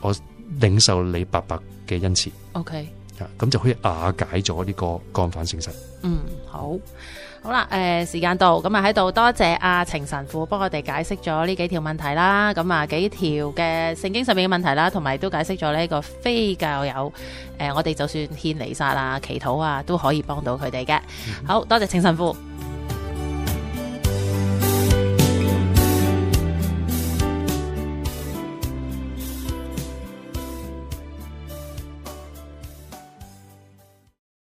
S8: 我領受你白白嘅恩賜
S7: ，OK。
S8: 啊，咁就可以瓦解咗呢個干犯聖神。
S7: 嗯，好，好啦，诶、時間到，咁啊喺度多謝阿程神父幫我哋解釋咗呢幾條問題啦，咁啊幾條嘅聖經上面嘅問題啦，同埋都解釋咗呢個非教友，诶、我哋就算獻彌撒啊、祈禱啊，都可以幫到佢哋嘅。好多謝程神父，